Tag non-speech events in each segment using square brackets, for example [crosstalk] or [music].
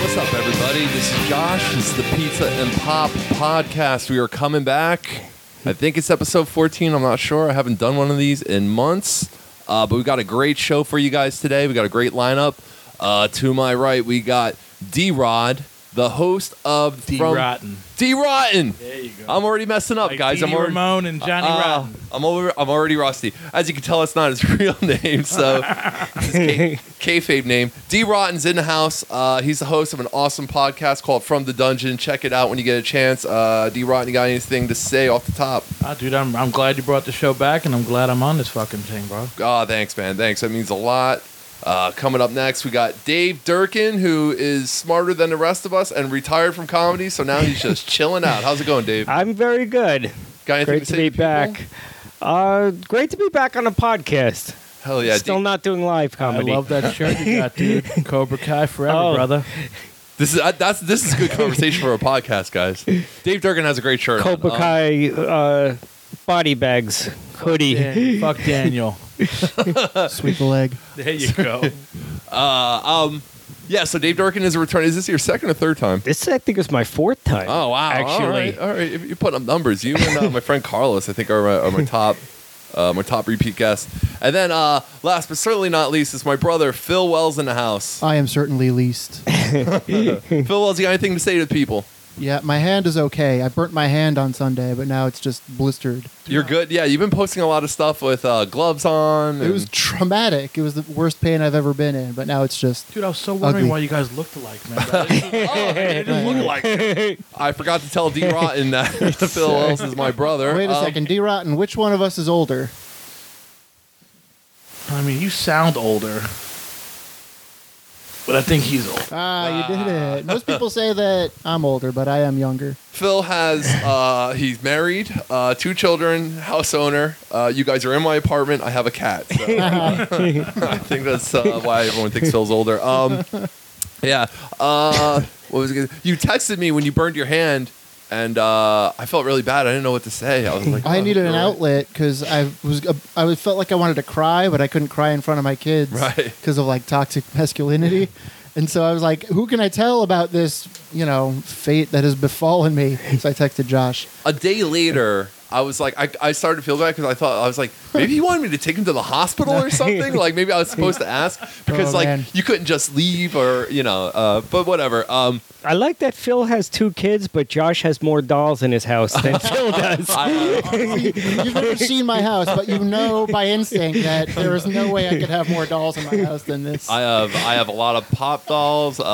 What's up, everybody? This is Josh. This is the Pizza and Pop podcast. We are coming back. I think it's episode 14. I'm not sure. I haven't done one of these in months. Uh, but we've got a great show for you guys today. we got a great lineup. Uh, to my right, we got D Rod, the host of D from- Rotten. D Rotten. There you go. I'm already messing up, Like guys. Dee Dee I'm already. Ramone and Johnny Uh, Rotten. I'm over. I'm already rusty. As you can tell, it's not his [laughs] real name, [laughs] so it's [laughs] K- kayfabe name. D Rotten's in the house. Uh, he's the host of an awesome podcast called From the Dungeon. Check it out when you get a chance. Uh, D Rotten, you got anything to say off the top? Ah, dude, I'm, I'm glad you brought the show back, and I'm glad I'm on this fucking thing, bro. Ah, thanks, man. Thanks. That means a lot. Uh, coming up next, we got Dave Durkin, who is smarter than the rest of us and retired from comedy, so now he's [laughs] just chilling out. How's it going, Dave? I'm very good. Got anything Ah, Great to say be people? back. Uh, great to be back on a podcast. Hell Oh, yeah! Still D- not doing live comedy. I love that shirt you got, dude. Cobra Kai forever, Oh. brother. This is uh, that's this is good conversation for a podcast, [laughs] guys. Dave Durkin has a great shirt. on. Cobra Um, Kai uh, body bags hoodie. Dan- fuck Daniel. Sweep the leg. There you go. yeah, so Dave Durkin is a return. Is this your second or third time? [laughs] This I think is my fourth time. Oh wow! all [laughs] actually, right, all right. If you put up numbers, you and uh, my friend Carlos, I think, are my, are my top, uh, my top repeat guests. And then uh, last but certainly not least is my brother Phil Wells in the house. [laughs] I am certainly least. Phil Wells, you got anything to say to the people? Yeah, my hand is okay. I burnt my hand on Sunday, but now it's just blistered. You're good. Yeah, you've been posting a lot of stuff with uh, gloves on. It was and- traumatic. It was the worst pain I've ever been in, but now it's just. Dude, I was so wondering Ugly. why you guys looked alike, man. They Oh, didn't look alike. I forgot to tell D. Rotten [laughs] that Phil Wells is my brother. Wait a Um, second, D Rotten, which one of us is older? I mean, you sound older, but I think he's old. Ah, you did it. Most people say that I'm older, but I am younger. Phil has uh, he's married, uh, two children, house owner. Uh, you guys are in my apartment. I have a cat. [laughs] So [laughs] I think that's uh, why everyone thinks Phil's older. Um, yeah. Uh, what was it? You texted me when you burned your hand, and uh, I felt really bad. I didn't know what to say. I was like, I oh, needed an you're right. outlet because I was I was- felt like I wanted to cry, but I couldn't cry in front of my kids Right. because of like toxic [laughs] masculinity. And so I was like, who can I tell about this, you know, fate that has befallen me? So I texted Josh. a day later, I was like, I, I started to feel bad because I thought I was like, maybe he wanted me to take him to the hospital [laughs] or something. like maybe I was supposed to ask because Oh, like man. you couldn't just leave or you know. Uh, but whatever. [laughs] Um, I like that Phil has two kids, but Josh has more dolls in his house [laughs] than Phil does. I, [laughs] You've never seen my house, but you know by instinct that there is no way I could have more dolls in my house than this. I have I have a lot of pop dolls. Uh,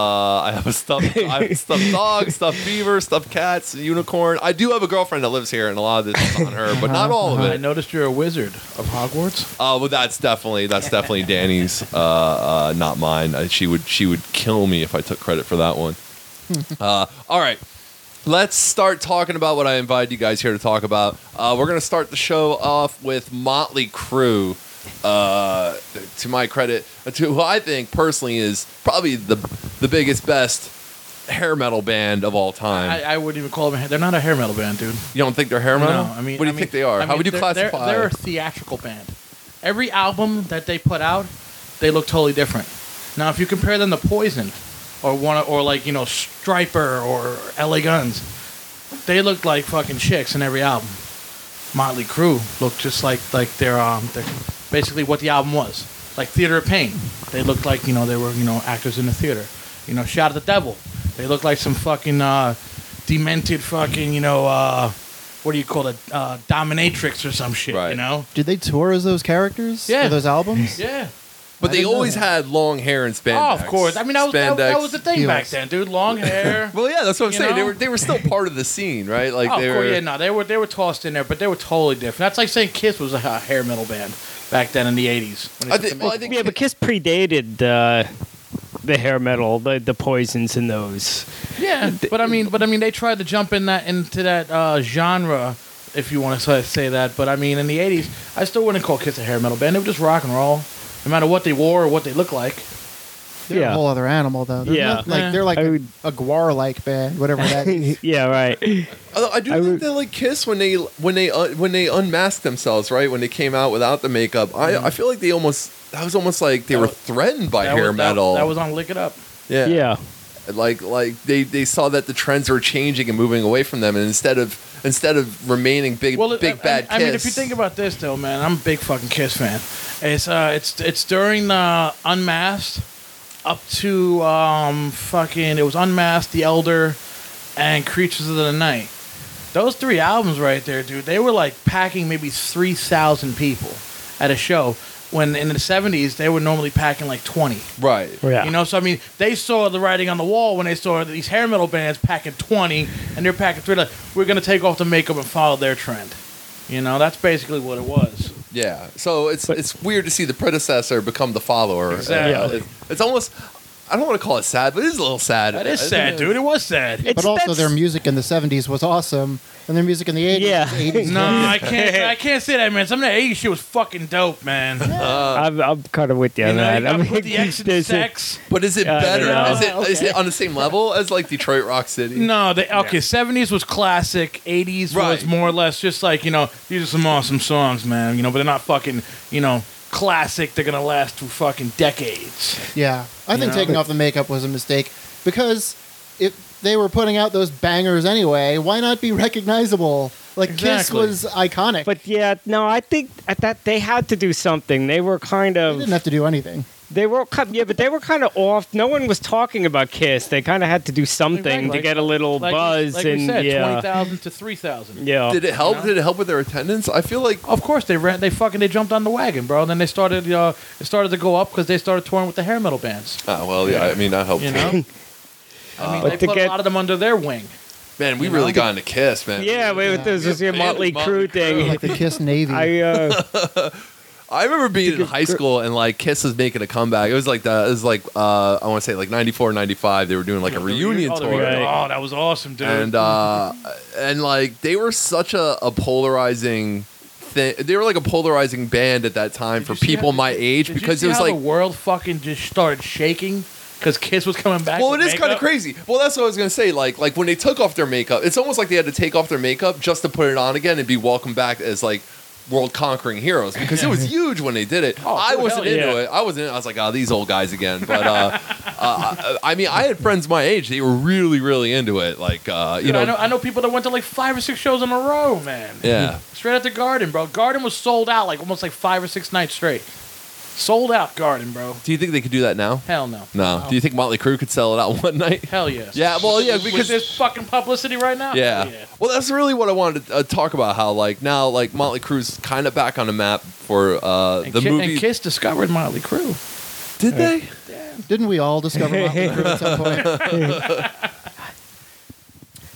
I have a stuffed I [laughs] have stuffed dog, stuffed beaver, stuffed cats, unicorn. I do have a girlfriend that lives here, and a lot of this is on her, but not Uh-huh. all of I it. noticed you're a wizard of Hogwarts. Uh, well, that's definitely that's definitely Danny's, uh, uh, not mine. Uh, she would she would kill me if I took credit for that one. Hmm. Uh, all right, let's start talking about what I invited you guys here to talk about. Uh, we're gonna start the show off with Motley Crue. Uh, to my credit, uh, to who I think personally is probably the the biggest best hair metal band of all time. I, I wouldn't even call them. A, they're not a hair metal band, dude. you don't think they're hair metal? No, I mean, what do you I mean- think they are? I How mean, would you they're- classify? They're, they're a theatrical band. Every album that they put out, they look totally different. Now, if you compare them to Poison, or one, or like you know Striper or LA Guns, they look like fucking chicks in every album. Motley Crue looked just like like their um, their, basically what the album was, like Theater of Pain. They looked like you know they were you know actors in a theater. You know, Shout at the Devil. They looked like some fucking uh, demented fucking you know uh, what do you call it uh, dominatrix or some shit. Right. You know. Did they tour as those characters Yeah. for those albums? Yeah. But I they didn't know always that. had long hair and spandex. Oh, of course. I mean, that was that, that Spandex. was the thing back Heels. then, dude. Long hair. [laughs] Well, yeah, that's what I'm You saying. They know? were they were [laughs] still part of the scene, right? Like oh, they of were. course. Yeah, no, they were they were tossed in there, but they were totally different. That's like saying Kiss was a ha- hair metal band back then in the '80s. when they I took think, them well, out. I think yeah, but Kiss predated uh, the hair metal, the, the poisons and those. Yeah, but I mean, but I mean, they tried to jump in that into that uh, genre, if you want to say that. But I mean, in the '80s, I still wouldn't call Kiss a hair metal band. They were just rock and roll, no matter what they wore or what they looked like. They're Yeah. a whole other animal, though. They're Yeah. not- like Yeah. they're like I a, would- a guar-like band, whatever [laughs] that is. yeah, right. although I do I think would- that like Kiss when they when they uh, when they unmasked themselves, right? When they came out without the makeup, I I feel like they almost that was almost like they Mm-hmm. That were was- threatened by That hair was- that- metal. That, was on "Lick It Up." yeah. yeah. Like like they, they saw that the trends were changing and moving away from them, and instead of instead of remaining big Well, big I, I- bad. I mean, if you Kiss- think about this, though, man, I'm a big fucking Kiss fan. It's uh, it's it's during the Unmasked, up to um, fucking it was Unmasked, The Elder, and Creatures of the Night. Those three albums right there, dude. They were like packing maybe three thousand people at a show. When in the '70s they were normally packing like twenty. right, Yeah. You know, so I mean, they saw the writing on the wall when they saw these hair metal bands packing 20 and they're packing three. Like, we're going to take off the makeup and follow their trend. You know, that's basically what it was. Yeah. So it's it's weird to see the predecessor become the follower. Exactly. Uh, it- it's almost I don't want to call it sad, but it is a little sad. That is I think sad, it- dude. It was sad. It's- but also that's- their music in the 70s was awesome and their music in the 80s Yeah. was 80s [laughs] No, I can't. I can't say that, man. Some of that 80s shit was fucking dope, man. I'm, I'm kind of with you Uh, you on know, that. you gotta I mean, put [laughs] the X in there's a- sex. But is it Yeah, I better? know. Is it, is it Okay. on the same level as like Detroit Rock City? No, they, okay. Seventies was classic. Eighties was Right. more or less just like you know these are some awesome songs, man. You know, but they're not fucking you know classic. They're gonna last through fucking decades. yeah i think No. taking off the makeup was a mistake because if they were putting out those bangers anyway why not be recognizable like kiss Exactly. was iconic But yeah, no, I think at that they had to do something. They were kind they of didn't have to do [laughs] anything they were ki- yeah, but they were kind of off. No one was talking about Kiss. They kind of had to do something Like- to get a little Like, buzz like and we said, yeah, twenty thousand to three thousand. yeah. Did it help? No. Did it help with their attendance? I feel like oh, Of course, they ran. They fucking they jumped on the wagon, bro. And then they started. Uh, it started to go up because they started touring with the hair metal bands. ah, well, yeah. I mean, that helped. You too. know, Uh, I mean, But they to put a get- lot of them under their wing. Man, we You really know? got into Kiss, man. yeah, wait, with this Yeah, was your man, Motley Motley Crue thing. like the kiss navy [laughs] I uh, I remember being in high school and like Kiss was making a comeback. It was like the, it was like uh, I want to say like 94, 95. They were doing like a The reunion oh, the tour. reunion. Right. Oh, that was awesome, dude. and uh, and like they were such a, a polarizing thing. They were like a polarizing band at that time Did for you see people how- my age Did because you see it was how like, the world fucking just started shaking because Kiss was coming back. well, it with is kind of makeup? crazy. Well, that's what I was gonna say. Like like when they took off their makeup, it's almost like they had to take off their makeup just to put it on again and be welcomed back as like. World conquering heroes because it was [laughs] huge when they did it. Oh, I dude, wasn't hell into yeah. it. I wasn't. I was like, oh, these old guys again. But uh, [laughs] uh, I mean, I had friends my age. They were really, really into it. Like, uh, you Dude, I know, know, I know people that went to like five or six shows in a row, man. [laughs] yeah. Straight at the Garden, bro. Garden was sold out like almost like five or six nights straight. Sold out Garden, bro. Do you think they could do that now? Hell no. No. Do you think Motley Crue could sell it out [laughs] one night? Hell yes. Yeah. Well, yeah, With because this fucking publicity right now. yeah. Hell Well, that's really what I wanted to uh, talk about. How like now, like Motley Crue's kind of back on the map for uh, And the Ki- movie. And Kiss discovered Motley Crue. Did they? didn't we all discover Motley Crue at [laughs] some point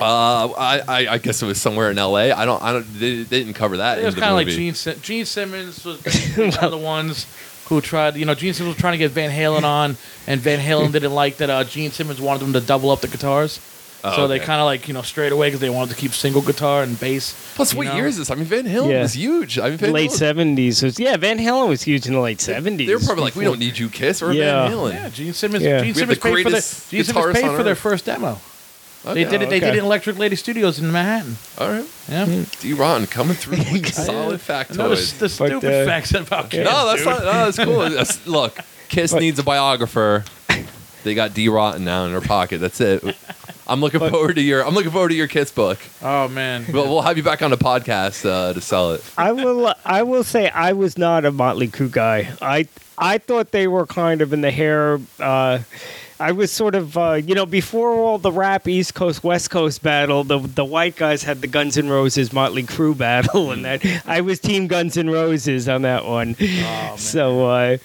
Uh, I, I I guess it was somewhere in L.A. I don't I don't they, they didn't cover that. It was in the kind of like movie. Gene. Sim- Gene Simmons [laughs] was one of the ones who tried. You know, Gene Simmons was trying to get Van Halen on, and Van Halen didn't like that. Uh, Gene Simmons wanted them to double up the guitars, Oh, so they okay. kind of like you know straight away because they wanted to keep single guitar and bass. Plus, you what know? year is this? I mean, Van Halen Yeah. was huge. I mean, Van late Halen- seventies was yeah. Van Halen was huge in the late seventies. They were probably like, we don't need you, Kiss or Yeah. Van Halen. Yeah, Gene Simmons. Yeah. Gene We have Simmons the paid for their, greatest Gene Simmons guitarist paid on for their Earth. Oh, first demo. Okay. Hmm. They did it. They did okay. it in Electric Lady Studios in Manhattan. All right. Yeah. D. Ron coming [laughs] through with solid No, the, factoids. the stupid uh, facts about Kiss. No, that's dude. not. No, that's [laughs] cool. That's, look, Kiss But- needs a biographer. They got D Rotten now in their pocket. That's it. I'm looking forward to your. I'm looking forward to your Kiss book. Oh man. But we'll have you back on the podcast uh, to sell it. I will. I will say I was not a Motley Crue guy. I I thought they were kind of in the hair. Uh, I was sort of uh, you know before all the rap East Coast West Coast battle, the the white guys had the Guns N' Roses Motley Crue battle, and that I was Team Guns N' Roses on that one. Oh, man. So. Uh,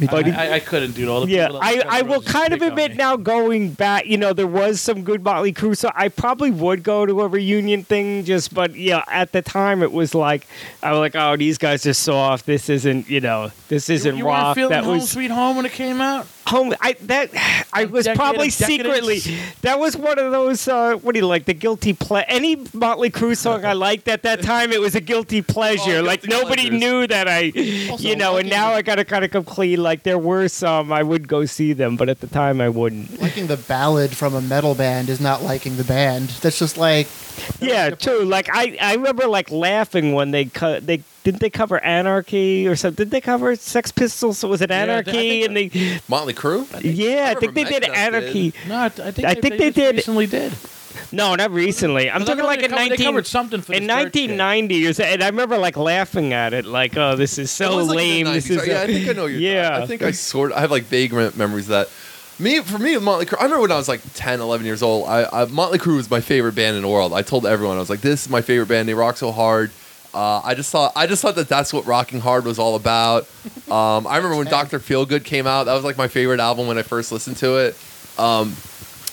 but- I, I, I couldn't do it. All the yeah, people that I, Guns N' I will Roses kind of picked on admit me. now going back, you know, there was some good Motley Crue, so I probably would go to a reunion thing just, but yeah, at the time it was like, I was like, oh, these guys are soft. This isn't, you know, this isn't you, you Weren't rock. feeling that home was sweet home when it came out. home. I that I A was decade probably of decadence. secretly that was one of those. Uh, what do you like? The guilty ple Any Motley Crue song I liked at that time, it was a guilty pleasure. Oh, guilty like nobody pleasures. knew that I, Also, you know. And liking now the- I gotta kind of come clean. Like there were some I would go see them, but at the time I wouldn't. liking the ballad from a metal band is not liking the band that's just like yeah, true. Like I, I remember like laughing when they cut they Didn't they cover Anarchy or something? Did they cover Sex Pistols? So was it Yeah, they- I Anarchy? think and they, Motley Crue. yeah, I remember think they did Megadeth Anarchy. No, I, I think I they, think they, they just did. recently did. No, not recently. I'm Because I talking know like they in covered- they 19 covered something for in this third shit. 1990 or so, and I remember like laughing at it, like, "Oh, this is It so was, like, in lame." the this 90s. is yeah. I a- think I know you. Yeah. I think I sort. I have like vague rem- memories of that. Me for me, Motley Crue. I remember when I was like 10, 11 years old. I, I Motley Crue was my favorite band in the world. I told everyone I was like, "This is my favorite band. They rock so hard." Uh, I just thought I just thought that that's what rocking hard was all [laughs] about. Um, I remember when Doctor Feelgood came out. That was like my favorite album when I first listened to it. Um,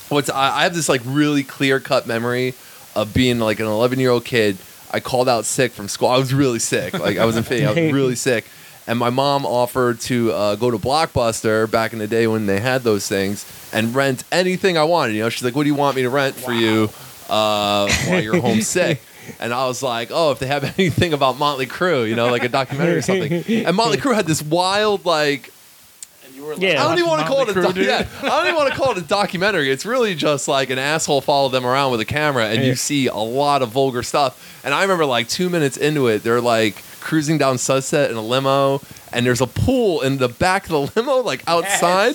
what's I, I have this like really clear cut memory of being like an 11 year old kid. I called out sick from school. I was really sick. Like I was in Philly. I was really sick. And my mom offered to uh, go to Blockbuster back in the day when they had those things and rent anything I wanted. You know, she's like, "What do you want me to rent for you uh, while you're homesick?" And I was like, "Oh, if they have [laughs] anything about Motley Crue, you know, like a documentary or something." And Motley Crue had this wild, like, And you were like, "Oh, Yeah. I don't even want to Motley call it a Crue, doc- dude. yeah, I don't even want to call it a documentary. It's really just like an asshole followed them around with a camera, and Yeah. you see a lot of vulgar stuff. And I remember like two minutes into it, they're like cruising down Sunset in a limo, and there's a pool in the back of the [laughs] limo, like outside,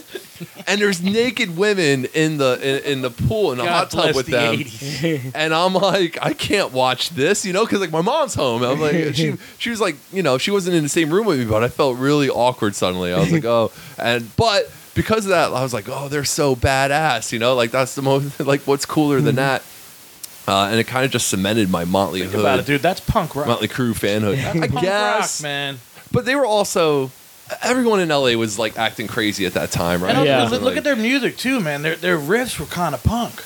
and there's naked women in the in, in the pool in the hot God tub bless with the them 80s. and I'm like, I can't watch this, you know, because like my mom's home. I'm like, she she was like, you know, she wasn't in the same room with me, but I felt really awkward suddenly. I was like, oh, and but because of that, I was like, oh, they're so badass, you know, like that's the most [laughs] like what's cooler than that, uh, and it kind of just cemented my Motley Think hood, about it, dude. That's punk rock. Motley Crue fanhood. I [laughs] punk guess, rock, man. but they were also everyone in LA was like acting crazy at that time, right? And Yeah. look, look at their music too, man. Their their riffs were kind of punk.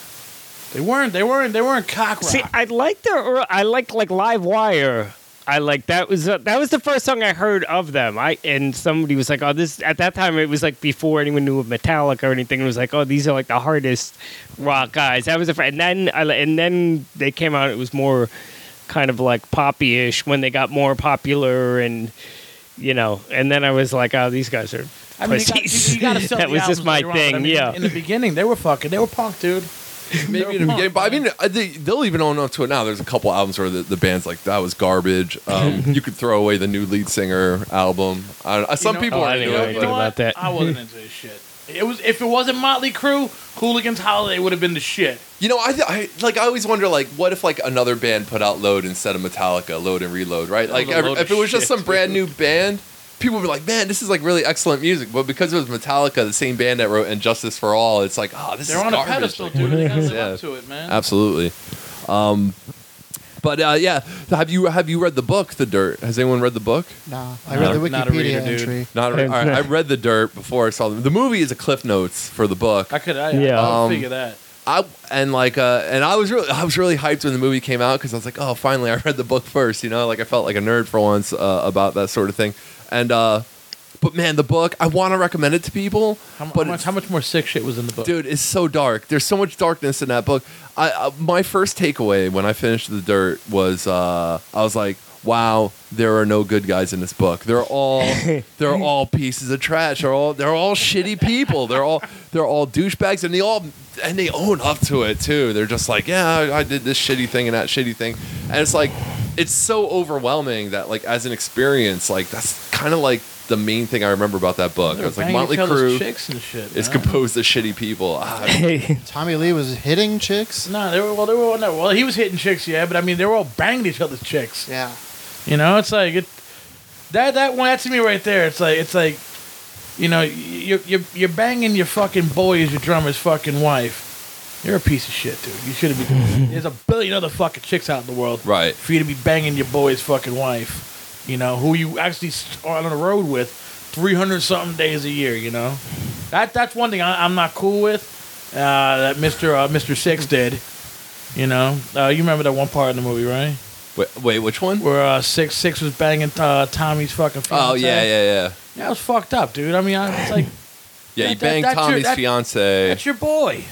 They weren't. They weren't. They weren't cock rock. See, I liked the ear- I liked like Live Wire. I like that was uh, that was the first song I heard of them. I and somebody was like, "Oh, this." At that time, it was like before anyone knew of Metallica or anything. It was like, "Oh, these are like the hardest rock guys." That was the fir- and then I, li- and then they came out. It was more kind of like poppy-ish when they got more popular and you know. And then I was like, "Oh, these guys are." I mean, you got- pussies." you- [laughs] you gotta sell that the was albums just my later on, but thing. I mean, yeah, In the beginning, they were fucking. They were punk, dude. maybe in the They're beginning, punk, but I mean, I think they'll even own up to it now. There's a couple albums where the, the band's like, "That was garbage." [laughs] Um, you could throw away the new lead singer album. I don't, know. some know- people Oh, are I into didn't it, know but anything about that. I wasn't into this shit. It was if it wasn't Motley Crue, Hooligans Holiday would have been the shit. you know, I, th- I like. I always wonder, like, what if like another band put out Load instead of Metallica, Load and Reload, right? That Like, was a every, load if it of was just shit, some brand new dude. band, people would be like, "Man, this is like really excellent music." But because it was Metallica, the same band that wrote "Injustice for All," it's like, "Ah, this They're is on a garbage." pedestal, Like, dude. They gotta [laughs] live Yeah. up to it, man. Absolutely. Um, but uh, yeah, have you have you read the book, The Dirt? Has anyone read the book? Nah, I Not- read the not a Wikipedia reader, dude. entry. Not I've- all right, I read The Dirt before I saw the the movie. Is a cliff notes for the book. I could. I, Yeah. yeah. I Um, would figure that. I and like uh, and I was really I was really hyped when the movie came out because I was like, oh, finally I read the book first. You know, like I felt like a nerd for once uh, about that sort of thing. And uh, but man, the book I want to recommend it to people, How, mu- but how much, it's- how much more sick shit was in the book? dude it's so dark there's so much darkness in that book I, uh, my first takeaway when i finished the dirt was uh, i was like wow there are no good guys in this book they're all they're all pieces of trash they're all they're all shitty people they're all they're all douchebags and they all and they own up to it too they're just like yeah I, I did this shitty thing and that shitty thing and it's like it's so overwhelming that like as an experience like that's kind of like the main thing i remember about that book They i were was like banging motley each other's crew chicks and shit. it's man. composed of shitty people. Ah, [laughs] Tommy Lee was hitting chicks. No, they were well. They were no. Well, he was hitting chicks, yeah, but I mean, they were all banging each other's chicks. Yeah. You know, it's like it. That that one that's me right there. It's like it's like, you know, you're you're you're banging your fucking boy as your drummer's fucking wife. You're a piece of shit, dude. You shouldn't be. Doing that. There's a billion other fucking chicks out in the world. Right. For you to be banging your boy's fucking wife, you know, who you actually s- are on the road with, three hundred something days a year. You know, that that's one thing I, I'm not cool with. Uh, that Mr. Uh, Mr. Six did. You know, uh, you remember that one part in the movie, right? wait, wait, which one? where uh, six six was banging uh, Tommy's fucking. Fiance. Oh yeah, yeah, yeah, Yeah, it was fucked up, dude. I mean, I was like, yeah. You That- that- banged that's your- Tommy's that- fiance. that's your boy.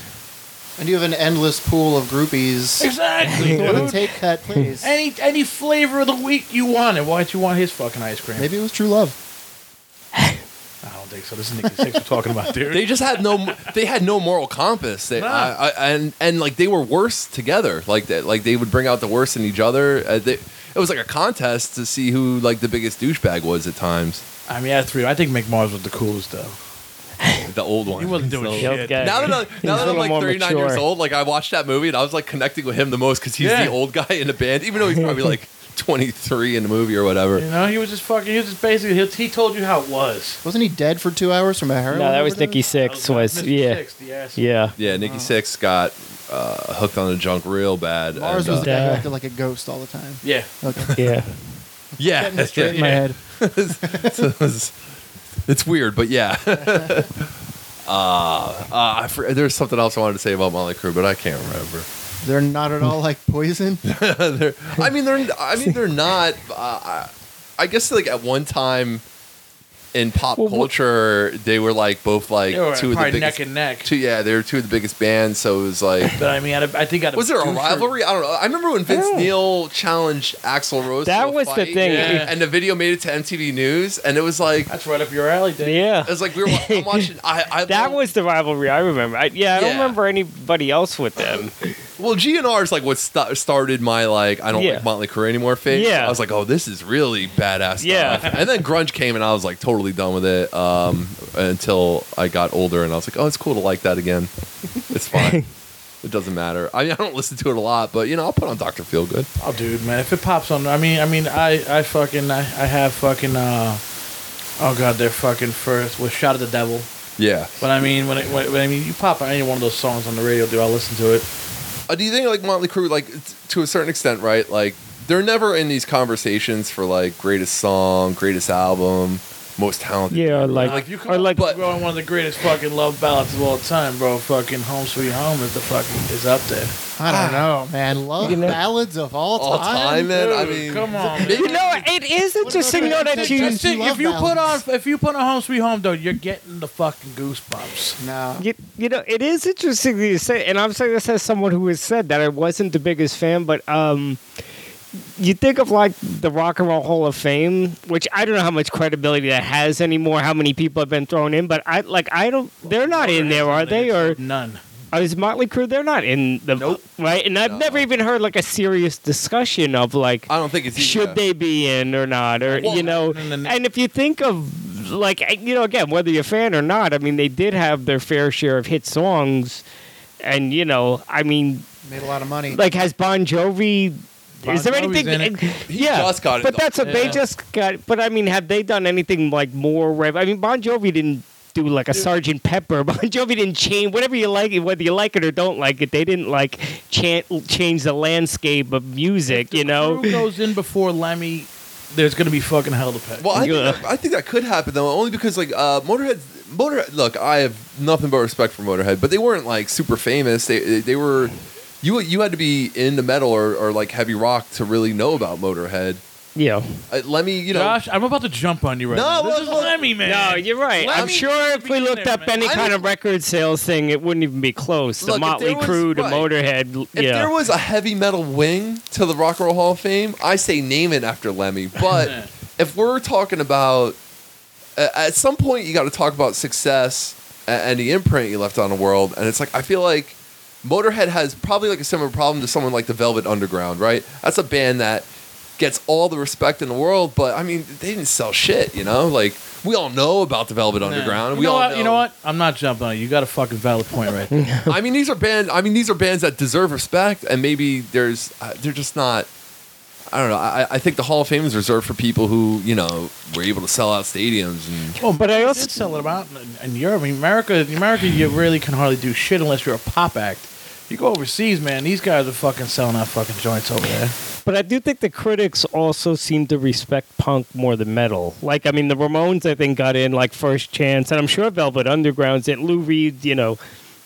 And you have an endless pool of groupies. Exactly, Woman, dude. take that, please. Any any flavor of the week you wanted. Why'd you want his fucking ice cream? Maybe it was true love. I don't think so. This is Nicky Six we're talking about, dude. They just had no, they had no moral compass. They, Nah. I, I, and and like they were worse together. Like that, like they would bring out the worst in each other. Uh, they, it was like a contest to see who like the biggest douchebag was at times. I mean, I had three. I think Mick Mars was the coolest though. The old one. He wasn't doing The old shit. guy. Now that, I, He's now a that I'm little like more 39 years mature. old, like I watched that movie and I was like connecting with him the most because he's Yeah. the old guy in the band, even though he's probably [laughs] like 23 in the movie or whatever. You know, he was just fucking. He was just basically. He, he told you how it was. Wasn't he dead for two hours from a heroin? No, that was overdose? Nikki Oh, Six. Was Mr. yeah, Six, the ass. yeah. Yeah, Nikki Six got uh, hooked on the junk real bad. Mars and, was the guy who uh, acted like a ghost all the time. Yeah. Okay. Yeah. yeah, [laughs] Getting straight in my yeah. head. it's, it's weird, but yeah. [laughs] uh, uh, I for, there's something else I wanted to say about Molly Crew, but I can't remember. [laughs] They're not at all like poison. They're- I mean, they're. I mean, they're not. Uh, I- I guess like at one time in pop Well, what- culture, they were like both like They were two of the probably biggest. neck and neck. two, yeah, they were two of the biggest bands. So it was like. But I mean, I, I think out of Was there a Doofer- rivalry? I don't know. I remember when Vince don't know. Neil challenged Axl Rose. That to a was the fight, thing. Yeah. and the video made it to MTV News, and it was like That's right up your alley, dude. Yeah. It was like we were. wa- I'm watching. I. I [laughs] That was the rivalry I remember. I, yeah, I don't Yeah. remember anybody else with them. well. GNR is like what st- started my like. I don't Yeah. like Motley Crue anymore. Phase. Yeah. I was like, oh, this is really badass. Yeah. Stuff. And then grunge came, and I was like totally done with it. Um, until I got older, and I was like, oh, it's cool to like that again. It's [laughs] fine. it doesn't matter. I mean, I don't listen to it a lot, but you know, I'll put on Doctor Feelgood. Oh, dude, man, if it pops on, I mean, I mean, I, I fucking, I, I have fucking, uh, oh god, they're fucking first was "Shot at the Devil," Yeah. but I mean, when, it, when, when I mean, you pop on any one of those songs on the radio, dude, I'll listen to it. Uh, do you think like Motley Crue, like t- to a certain extent, right? Like they're never in these conversations for like greatest song, greatest album, most talented. Yeah, or like, Like, if you come or up like, but- Bro, one of the greatest fucking love ballads of all time, bro. Fucking "Home Sweet Home" is the fucking is up there. I Ah. don't know, man. Love You know- ballads of all time. all time, man. I Dude, mean, come on, man. you know, it is interesting though that you. Just think, love if you put on, ballads. if you put on "Home Sweet Home," though, you're getting the fucking goosebumps. No. You, you know, it is interesting that you say, and I'm saying this as someone who has said that I wasn't the biggest fan, but um, you think of like the Rock and Roll Hall of Fame, which I don't know how much credibility that has anymore, how many people have been thrown in, but I like I don't, they're not in there, are they? Or none? is Motley Crue? They're not in the Nope. right, and I've No. never even heard like a serious discussion of like I don't think it's should yeah. they be in or not or Well, you know and then- and if you think of like you know again whether you're a fan or not i mean they did have their fair share of hit songs and you know i mean Made a lot of money. like has bon jovi Bon is there Jovi's anything in it. He yeah just got it, but though. that's what they Yeah. just got but i mean have they done anything like more rev- i mean bon jovi didn't do like a sergeant pepper [laughs] bon jovi didn't change whatever you like it whether you like it or don't like it they didn't like chant, change the landscape of music you know Who goes in before Lemmy? There's gonna be fucking hell to pay. Well, [laughs] I think, Yeah. that, I think that could happen though, only because like uh, Motorhead. Motorhead. Look, I have nothing but respect for Motorhead, but they weren't like super famous. They they, they were. You you had to be into metal or, or like heavy rock to really know about Motorhead. yeah Uh, Lemmy, you know, Josh, I'm about to jump on you right No, now. This well, is well- Lemmy, man. No, you're right. eh, Let I'm me- sure if we be looked there, up man. any I kind of would- record sales thing, it wouldn't even be close. Look, the if there Motley was- Crue, the right. Motorhead. l- If yeah. there was a heavy metal wing to the Rock and Roll Hall of Fame, I say name it after [laughs] Lemmy. But Yeah. if we're talking about, uh, at some point, you got to talk about success a- and the imprint you left on the world. And it's like I feel like Motorhead has probably like a similar problem to someone like the Velvet Underground, right? That's a band that gets all the respect in the world, but I mean, they didn't sell shit, you know. Like we all know about the Velvet Underground. and You we know, all what, know, you know what? I'm not jumping on you. You got a fucking valid point [laughs] right there. I mean, these are band. I mean, these are bands that deserve respect, and maybe there's uh, they're just not. I don't know. I, I think the Hall of Fame is reserved for people who you know were able to sell out stadiums. And well, But I they also- did sell it out in, in Europe. I mean, America, in America, you really can hardly do shit unless you're a pop act. You go overseas, man. These guys are fucking selling out fucking joints over there. but I do think the critics also seem to respect punk more than metal. Like, I mean, the Ramones, I think, got in like first chance, and I'm sure Velvet Underground's it. Lou Reed, you know,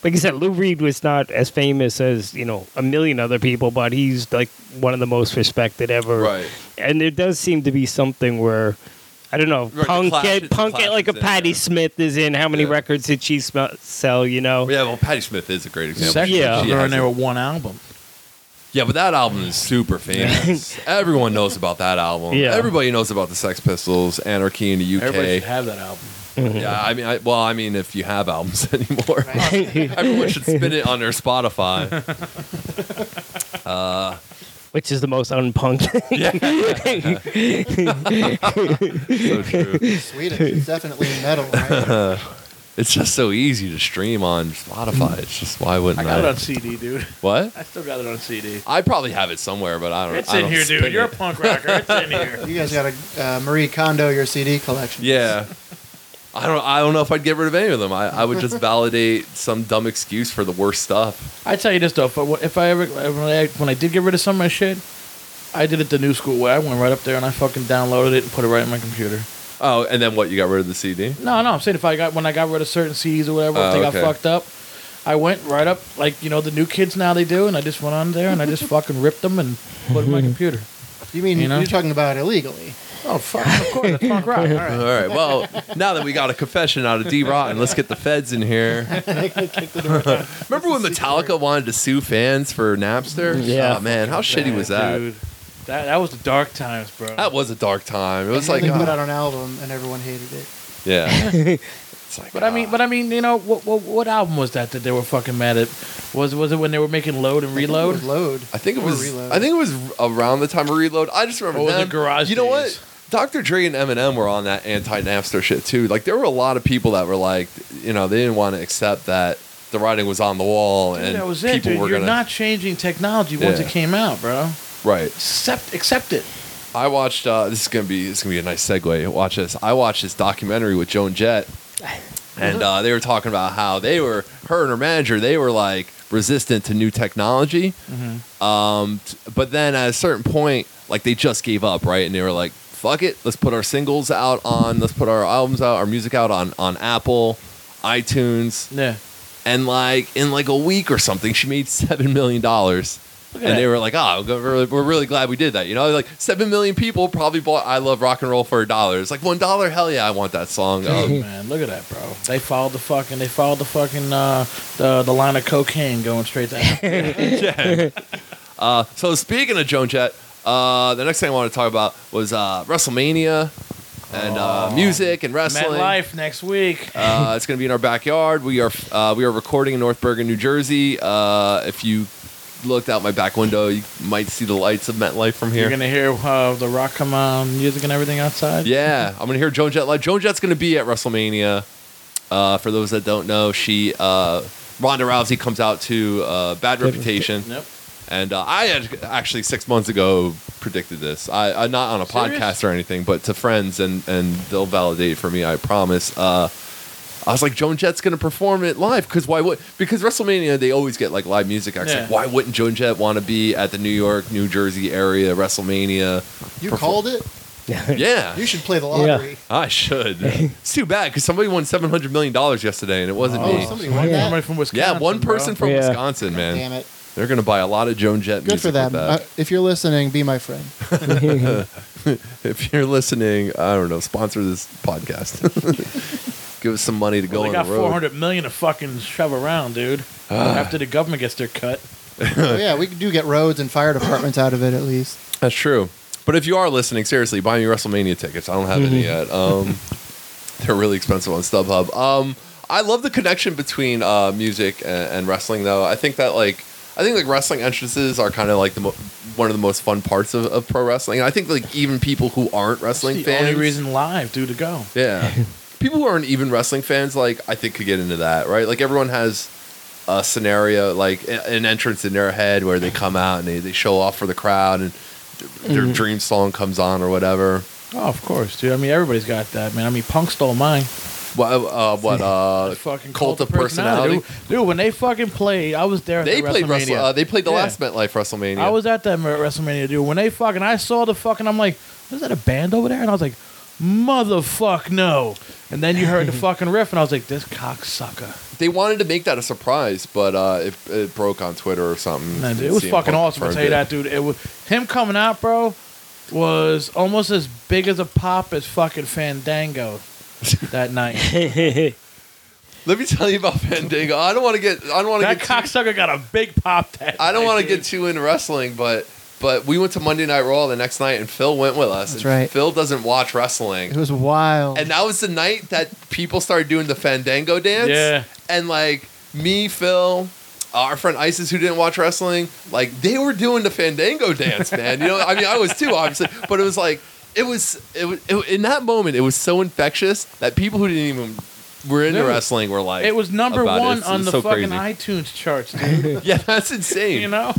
like you said, Lou Reed was not as famous as you know a million other people, but he's like one of the most respected ever. Right. And there does seem to be something where. I don't know. the punk, Clash- get- the punk, Clash get like a is in Patti there. Smith is in. How many Yeah. records did she sm- sell? You know. Oh, yeah, well, Patti Smith is a great example. Sex Yeah. Pistols She are in has there it. with one album. yeah, but that album is super famous. Everyone knows about that album. Yeah. everybody knows about the Sex Pistols, Anarchy in the UK. Everybody should have that album. [laughs] yeah, I mean, I, well, I mean, if you have albums [laughs] anymore, everyone should spin it on their Spotify. Uh, which is the most unpunk So true. Swedish is definitely metal. Right? it's just so easy to stream on Spotify. It's just why wouldn't Mm. I I? got it on CD, dude. [laughs] what? I still got it on CD. I probably have it somewhere, but I don't. It's I in don't here, dude. spin You're a it. punk rocker. It's [laughs] in here. You guys got to uh, Marie Kondo your CD collection. Yeah. I don't. I don't know if I'd get rid of any of them. I, I would [laughs] just validate some dumb excuse for the worst stuff. I tell you this though, if I, if I ever when I, when I did get rid of some of my shit, I did it the new school way. I went right up there and I fucking downloaded it and put it right in my computer. Oh, and then what? You got rid of the CD? No, no, I'm saying if I got when I got rid of certain CDs or whatever, Oh, if they okay. got fucked up, I went right up like you know the new kids now they do, and I just went on there and I just fucking ripped them and put it in my computer. You mean You know? you're talking about illegally? Oh fuck! Of course, that's punk rock. All All right. right. Well, now that we got a confession out of D. [laughs] Rotten, let's get the feds in here. Remember when Metallica wanted to sue fans for Napster? Yeah. Oh, man, how shitty was that? Oh, Dude, that that was the dark times, bro. That was a dark time. [laughs] It was And like, they put oh, out an album and everyone hated it. yeah. It's like, But I mean, ah. but I mean, you know, what, what what album was that that they were fucking mad at? Was was it when they were making Load and I Reload? think it was load. I think it Or was. reload. I think it was around the time of Reload. I just remember Or was them. it Oh, Garage You know Days? what? Dr. Dre and Eminem were on that anti-Napster shit too. Like there were a lot of people that were like, you know, they didn't want to accept that the writing was on the wall Dude, and that was it, people dude. were You're gonna not changing technology once Yeah. it came out, bro. right. Accept accept it. I watched. Uh, this is gonna be. This is gonna be a nice segue. Watch this. I watched this documentary with Joan Jett, and uh, they were talking about how they were her and her manager. They were like resistant to new technology. Um, t- but then at a certain point, like they just gave up, right? And they were like, "Fuck it, let's put our singles out on, let's put our albums out, our music out on on Apple, iTunes." Yeah. And like in like a week or something, she made seven million dollars. Look And at they that. were like, "Ah, we're really, we're really glad we did that." You know, like seven million people probably bought "I Love Rock and Roll" for a dollar. It's like one dollar. Hell yeah, I want that song. [laughs] Dude, Um, man, look at that, bro. They followed the fucking. They followed the fucking uh, the the line of cocaine [laughs] going straight to. uh, so speaking of Joan Jett, uh, the next thing I want to talk about was uh, WrestleMania and uh, music and wrestling. Oh, life next week. Uh, it's going to be in our backyard. We are uh, we are recording in North Bergen, New Jersey. Uh, if you looked out my back window, you might see the lights of MetLife from here. You're gonna hear uh, the rock come on music and everything outside. Yeah, I'm gonna hear Joan Jett live. Joan Jett's gonna be at WrestleMania. Uh, for those that don't know, she uh, Ronda Rousey comes out to uh, Bad Reputation, Yep. and uh, I had actually six months ago predicted this. I, I not on a Serious? podcast or anything, but to friends, and and they'll validate for me. I promise. Uh, I was like, Joan Jett's gonna perform it live because why would? Because WrestleMania they always get like live music acts. Yeah. Like, why wouldn't Joan Jett want to be at the New York, New Jersey area [laughs] WrestleMania? you Perfor- called it. [laughs] Yeah, You should play the lottery. I should. [laughs] it's too bad because somebody won seven hundred million dollars yesterday, and it wasn't Oh, me. somebody One won Yeah. that. Somebody from Wisconsin. yeah, one person bro. from Yeah. Wisconsin, man. Damn it. They're gonna buy a lot of Joan Jett. Good music for them. with Uh, that. if you're listening, be [laughs] my friend. if you're listening, I don't know. Sponsor this podcast. [laughs] Give us some money to go Well, they on got the road. Ah. 400 million to fucking shove around, dude. After the government gets their cut. So, Oh, yeah, we do get roads and fire departments out of it at least. That's true. But if you are listening, seriously, buy me WrestleMania tickets. I don't have any yet. Mm-hmm. Um, [laughs] they're really expensive on StubHub. Um, I love the connection between uh, music and, and wrestling, though. I think that like I think like wrestling entrances are kind of like the mo- one of the most fun parts of, of pro wrestling. And I think like even people who aren't wrestling That's the fans, only reason live, dude, to go. [laughs] yeah, people who aren't even wrestling fans, like I think could get into that, right? Like everyone has a scenario, like a- an entrance in their head where they come out and they, they show off for the crowd and their Mm-hmm. dream song comes on or whatever. Oh, of course, dude. I mean, everybody's got that, man. I mean, Punk stole mine. What? Uh, what? Uh, The fucking cult, of personality. dude. Dude, when they fucking played, I was there. At They the played Wrestle, WrestleMania. uh, They played the Yeah. last MetLife WrestleMania. I was at that Mer- WrestleMania, dude. When they fucking, I saw the fucking, I'm like, was that a band over there? And I was like, motherfuck no. And then you heard [laughs] the fucking riff, and I was like, this cocksucker. They wanted to make that a surprise, but uh, it, it broke on Twitter or something. No, dude, it was CM fucking Punk awesome. I confirmed tell you it. that, dude. It was him coming out, bro. Was almost as big as a pop as fucking Fandango [laughs] that night. Let me tell you about Fandango. I don't want to get. I don't want to that get. too- cocksucker got a big pop. That I don't night, want to dude. get too into wrestling, but but we went to Monday Night Raw the next night, and Phil went with us. That's and right. Phil doesn't watch wrestling, It was wild. and that was the night that people started doing the Fandango dance. Yeah. and like me, Phil, our friend Isis, who didn't watch wrestling, like they were doing the Fandango dance, man. You know, I mean, I was too, obviously, but it was like it was it was it, in that moment it was so infectious that people who didn't even were into Dude, wrestling were like, It was number about it. one It's- on it's the so fucking crazy. iTunes charts, dude. [laughs] yeah, that's insane. you know?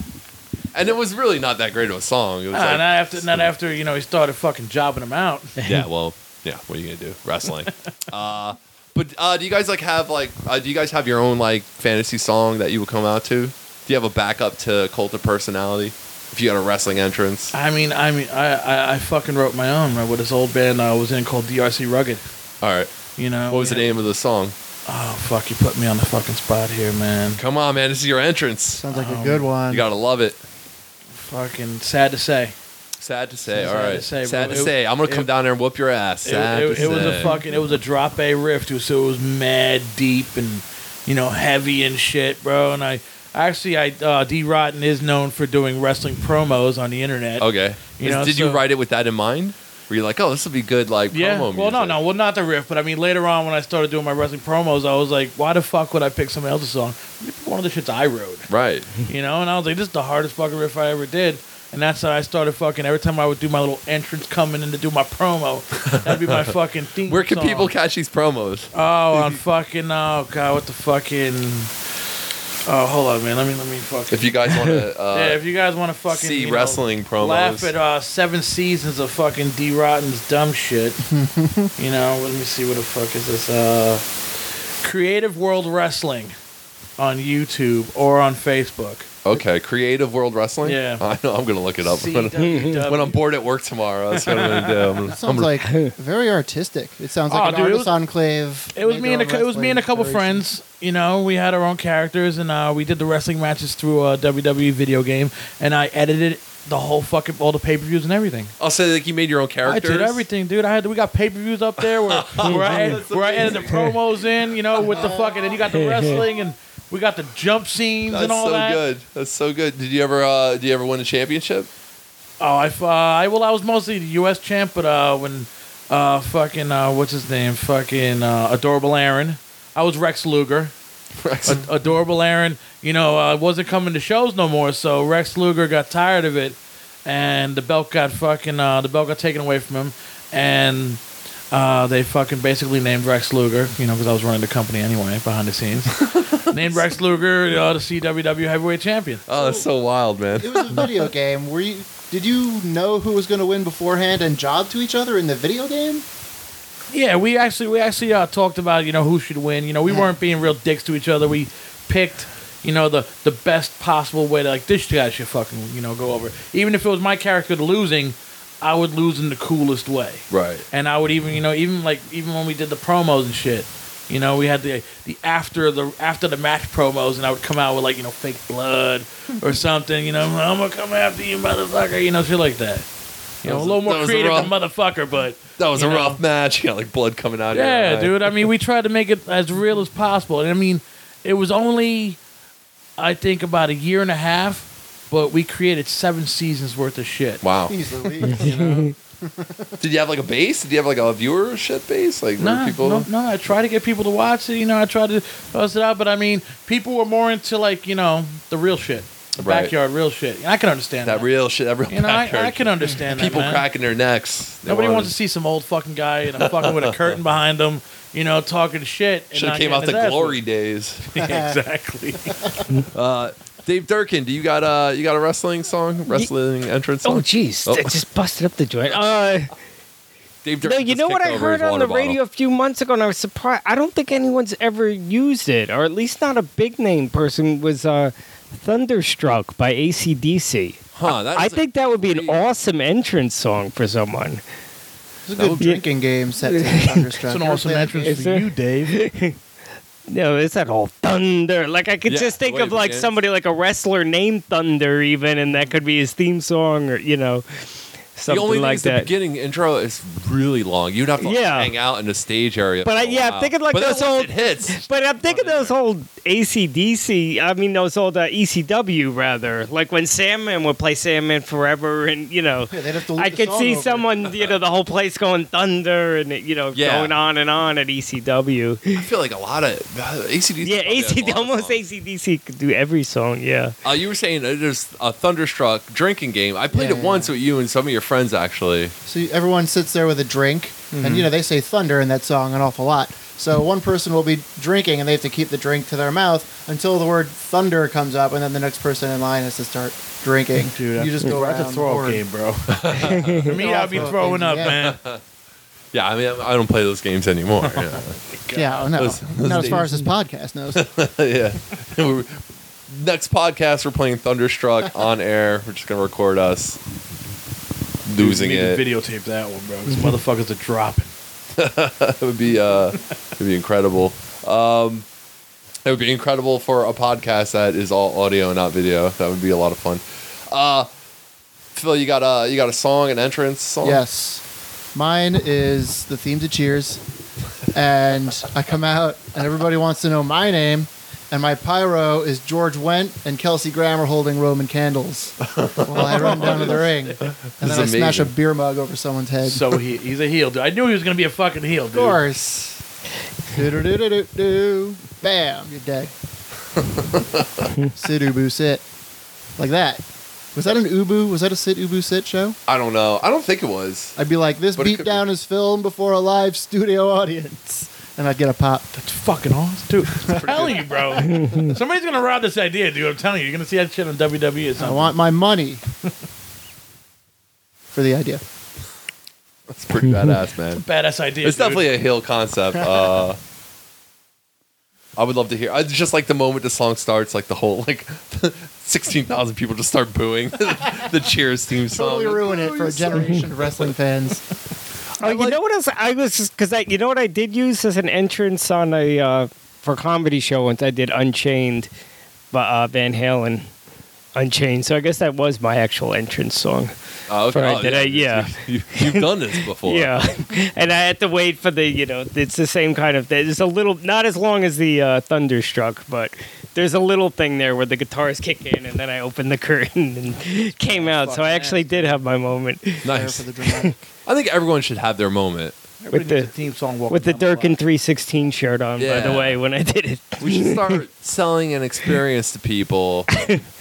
And it was really not that great of a song. It was Ah, like, not after, not after you know he started fucking jobbing him [laughs] out. yeah, well, yeah. What are you gonna do? Wrestling. [laughs] uh, but uh, do you guys like have like uh, do you guys have your own like fantasy song that you would come out to? Do you have a backup to Cult of Personality if you got a wrestling [laughs] entrance? I mean, I mean, I, I, I fucking wrote my own right, with this old band I was in called DRC Rugged. All right. You know What was the it? name of the song? Oh fuck, you put me on the fucking spot here, man. Come on, man. This is your entrance. Sounds like Um, a good one. You gotta love it. Fucking sad to say. Sad to say. Sad All right. to say, Sad bro. to It- say. I'm gonna come it- down there and whoop your ass. It, Sad it- to it was a say. fucking, it was a drop A riff too, so it was mad deep and you know heavy and shit, bro. And I actually, I uh, D Rotten is known for doing wrestling promos on the internet. Okay. You Is- know, did you so- write it with that in mind? Were you like, oh, this would be good, like Yeah. promo well, no, music? no, well, not the riff, but I mean, later on when I started doing my wrestling promos, I was like, why the fuck would I pick somebody else's song? One of the shits [laughs] I wrote, Right. you know. And I was like, this is the hardest fucking riff I ever did. And that's how I started fucking. Every time I would do my little entrance coming in to do my promo, that'd be [laughs] my fucking theme. Where can song. people catch these promos? Oh, on fucking oh god, what the fucking oh hold on man, let me let me fucking If you guys want [laughs] to uh, yeah, if you guys want to fucking see you know, wrestling promos, laugh at uh, seven seasons of fucking D Rotten's dumb shit, you know, let me see what the fuck is this uh Creative World Wrestling on YouTube or on Facebook. okay, Creative World Wrestling. Yeah. [laughs] I know. I'm gonna look it up [laughs] when, CWW. when I'm bored at work tomorrow. That's what I'm gonna do. I'm gonna, That I'm sounds like very artistic. It sounds like Oh, an dude, it artist was- enclave. It was made me and their a, own cou- it was me and a wrestling couple federation. friends. You know, we had our own characters, and uh, we did the wrestling matches through uh, a WWE E video game, and I edited the whole fucking all the pay per views and everything. [laughs] I'll say like you made your own characters. I did everything, dude. I had we got pay per views up [laughs] there where where, I, That's where [laughs] I edited the amazing. promos in, you know, with the fucking, and you got the wrestling, and we got the jump scenes That's and all so that. good. That's so good. Did you ever? Uh, did you ever win a championship? [laughs] Oh, I, f- uh, I well, I was mostly the U.S. champ, but uh, when uh, fucking uh, what's his name, fucking uh, adorable Aaron, I was Rex Luger. Ad- adorable Aaron, you know, uh, wasn't coming to shows no more. So Rex Luger got tired of it, and the belt got fucking uh, the belt got taken away from him, and uh, they fucking basically named Rex Luger, you know, because I was running the company anyway behind the scenes. named Rex Luger uh, the CWW heavyweight champion. oh, that's so wild, man. It was [laughs] a video game. Were you? Did you know who was going to win beforehand and job to each other in the video game? Yeah, we actually we actually uh, talked about you know who should win. You know, we Yeah. weren't being real dicks to each other. We picked you know the the best possible way to like this guy should fucking you know go over. Even if it was my character losing, I would lose in the coolest way. Right. And I would even you know even like even when we did the promos and shit. You know, we had the the after the after the match promos, and I would come out with like you know fake blood [laughs] or something. You know, I'm gonna come after you, motherfucker. You know, shit like that. That You know, a was- little that more was a creative rough- than motherfucker, but That was You a know. rough match. You got like blood coming out. of your yeah, eye. dude. I [laughs] mean, we tried to make it as real as possible. And I mean, it was only, I think, about a year and a half, but we created seven seasons worth of shit. Wow. [laughs] Jeez Louise. Did you have like a base? Did you have like a viewership base? Like were No, people? no, no. I tried to get people to watch it. You know, I tried to bust it out, but I mean, people were more into like you know the real shit, the Right. backyard real shit. And I can understand that. That real shit. That real you know, I, backyard I can understand that, People man. cracking their necks. They Nobody wanted- wants to see some old fucking guy in a fucking with a curtain behind him, you know, talking shit. and Should not have came getting out his the ass glory [laughs] whooped. days. exactly. Uh, Dave Durkin, do you got uh you got a wrestling song, wrestling entrance song? [laughs] Oh, jeez, Oh. I just busted up the joint. Uh, Dave no, Durkin. you just know what kicked I over his heard on water the radio a bottle. few months ago, and I was surprised. I don't think anyone's ever used it, or at least not a big name person. Was uh, "Thunderstruck" by ACDC. Huh? That I is a- think that would be an great- awesome entrance song for someone. It's a good drinking game set to Thunderstruck. It's an Ever awesome play that entrance game? Is for there- you, Dave. [laughs] No, it's that whole thunder. Like I could Yeah, just think way of it like begins. somebody like a wrestler named Thunder, even, and that could be his theme song, or you know. The something only thing like is the that. beginning intro is really long. You'd have to like, Yeah. hang out in the stage area. But I- for a yeah, I'm while. thinking like but then those once old- it hits. But I'm thinking those old ACDC, I mean, those old uh, ECW, rather. Like when Sandman would play Sandman Forever, and, you [laughs] know, Yeah, they'd have to loop I the could song see over. someone, you know, the whole place going thunder and, it, you know, Yeah. going on and on at [laughs] ECW. I feel like a lot of ACDC. Yeah, ACD, almost AC. ACDC could do every song, yeah. Uh, you were saying uh, there's a Thunderstruck drinking game. I played it Yeah, yeah, once with you and some of your friends actually. So you- everyone sits there with a drink, and Mm-hmm. you know they say thunder in that song an awful lot. So one person will be drinking, and they have to keep the drink to their mouth until the word thunder comes up, and then the next person in line has to start drinking. Dude, you just go that's around. a throw the up board. game, bro. [laughs] For [laughs] me, I'll be Throw up throwing game, up, yeah. man. Yeah, I mean I don't play those games anymore. yeah. Yeah, oh, no, Those- those not as far days. as this podcast knows. yeah. [laughs] We're- Next podcast, we're playing Thunderstruck on air. We're just gonna record us losing Dude, we need it. to Videotape that one, bro. These motherfuckers are dropping. [laughs] That would be uh, it'd be incredible. Um, it would be incredible for a podcast that is all audio, not video. That would be a lot of fun. Uh, Phil, you got a you got a song, an entrance [laughs] song. Yes. Mine is the theme to Cheers. And I come out, and everybody wants to know my name. And my pyro is George Wendt and Kelsey Grammer holding [laughs] Roman candles while I run down to the ring. And then is I smash a amazing. beer mug over someone's head. So he, he's a heel, dude. I knew he was gonna be a fucking heel, of dude. course. Do-do-do-do-do. Bam, you're [laughs] dead. sit, ubu, sit. Like that. Was that an ubu? Was that a sit, ubu, sit show? I don't know. I don't think it was. I'd be like, this But it could beatdown is filmed before a live studio [laughs] audience. And I'd get a pop. That's fucking awesome, dude. I'm telling you, bro. [laughs] Somebody's gonna rob this idea, dude. I'm telling you, you're gonna see that shit on E. WWE or I something. want my money for the idea. That's pretty badass, man. Badass idea. It's dude. definitely a hill concept. Uh, I would love to hear. I just like the moment the song starts, like the whole like [laughs] sixteen thousand people just start booing [laughs] the Cheers theme song. Totally ruin it for a generation of wrestling [laughs] fans. Oh, you know what else? I was just because I, you know what I did use as an entrance on a uh, for a comedy show once. I did Unchained, by uh, Van Halen, Unchained. So I guess that was my actual entrance song. Oh, okay. For- Oh, did I- yeah. [laughs] You, have done this before. Yeah, [laughs] and I had to wait for the you know it's the same kind of thing. It's a little not as long as the uh, Thunderstruck, but there's a little thing there where the guitars kick in, and then I opened the [laughs] curtain and came out. So I actually did have my moment There Nice. for the dramatic. [laughs] I think everyone should have their moment. Everybody with the- needs a theme song. walking with the down block. Durkin 316 shirt on. By Yeah. the way, when I did it. We should start [laughs] selling an experience to people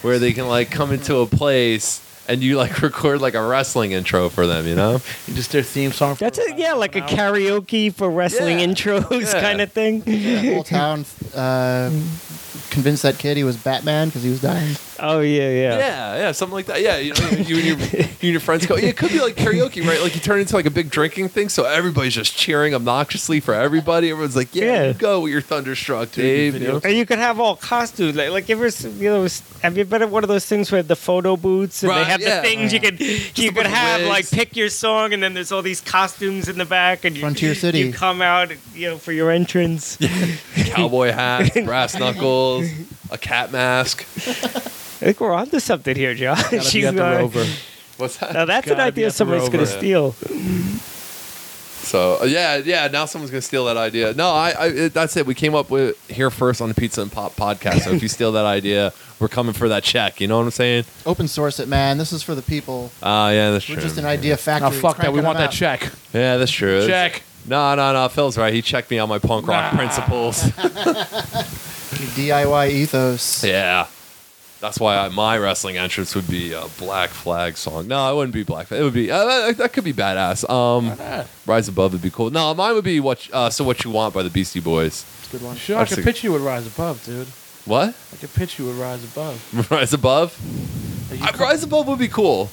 where they can like come into a place and you like [laughs] record like a wrestling intro for them, you know? And just their theme song. for That's a about yeah, half like an a hour. karaoke for wrestling Yeah. intros Yeah. kind of thing. The whole town uh, convinced that kid he was Batman because he was dying. Oh yeah, Yeah, yeah. yeah, something like that. Yeah, you know, you and your, you and your friends go. Yeah, it could be like karaoke, right? Like you turn into like a big drinking thing, so everybody's just cheering obnoxiously for everybody. Everyone's like, "Yeah, Yeah. you go with your thunderstruck, Dave." You [laughs] know? Or you could have all costumes, like like ever s- you know, s- have you been at one of those things where the photo booths and Right, they have yeah. the things you could you a bunch could of have wigs. like pick your song and then there's all these costumes in the back and you, Frontier City. you come out you know for your entrance. Cowboy hat, brass knuckles, a cat mask. I think we're onto something here, John. Gotta be at the uh, Rover. What's that? now uh, that's an Gotta be idea at the somebody's gonna Rover. steal. So uh, yeah, yeah. Now someone's gonna steal that idea. No, I, I. it- That's it. We came up with here first on the Pizza and Pop podcast. So if you steal that idea, we're coming for that check. You know what I'm saying? Open source it, man. This is for the people. Ah, yeah, that's We're true. just an idea factory. Oh fuck that. Cranking We want them that out. check. Yeah, that's true. Check. No, no, no. Phil's right. He checked me on my punk rock Nah. [laughs] principles. DIY ethos. yeah. That's why I, my wrestling entrance would be a Black Flag song. No, it wouldn't be Black Flag. It would be uh, that, that could be badass. Um, Rise Above would be cool. No, mine would be what. Uh, so what you want by the Beastie Boys? It's a good one. Sure, I That's could a- pitch you would rise above, dude. What? [laughs] I could pitch you would rise above. Rise Above? Like, You Uh, come- Rise Above would be cool.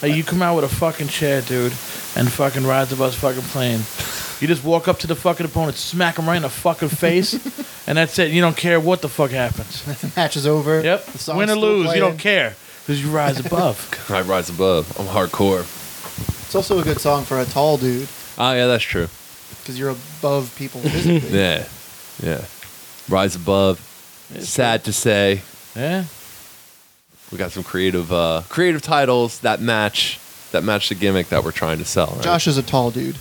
Like you come out with a fucking chair, dude, and fucking Rise Above fucking playing. You just walk up to the fucking opponent, smack him right in the fucking [laughs] face, and that's it. You don't care what the fuck happens. The match is over. Yep. The song's Win or still lose, you playing. don't care because you rise above. [laughs] I rise above. I'm hardcore. It's also a good song for a tall dude Oh yeah, that's [laughs] true. because you're above people physically. Yeah, yeah. Rise above. Sad to say, yeah. we got some creative, uh, creative titles that match that match the gimmick that we're trying to sell. right? Josh is a tall dude.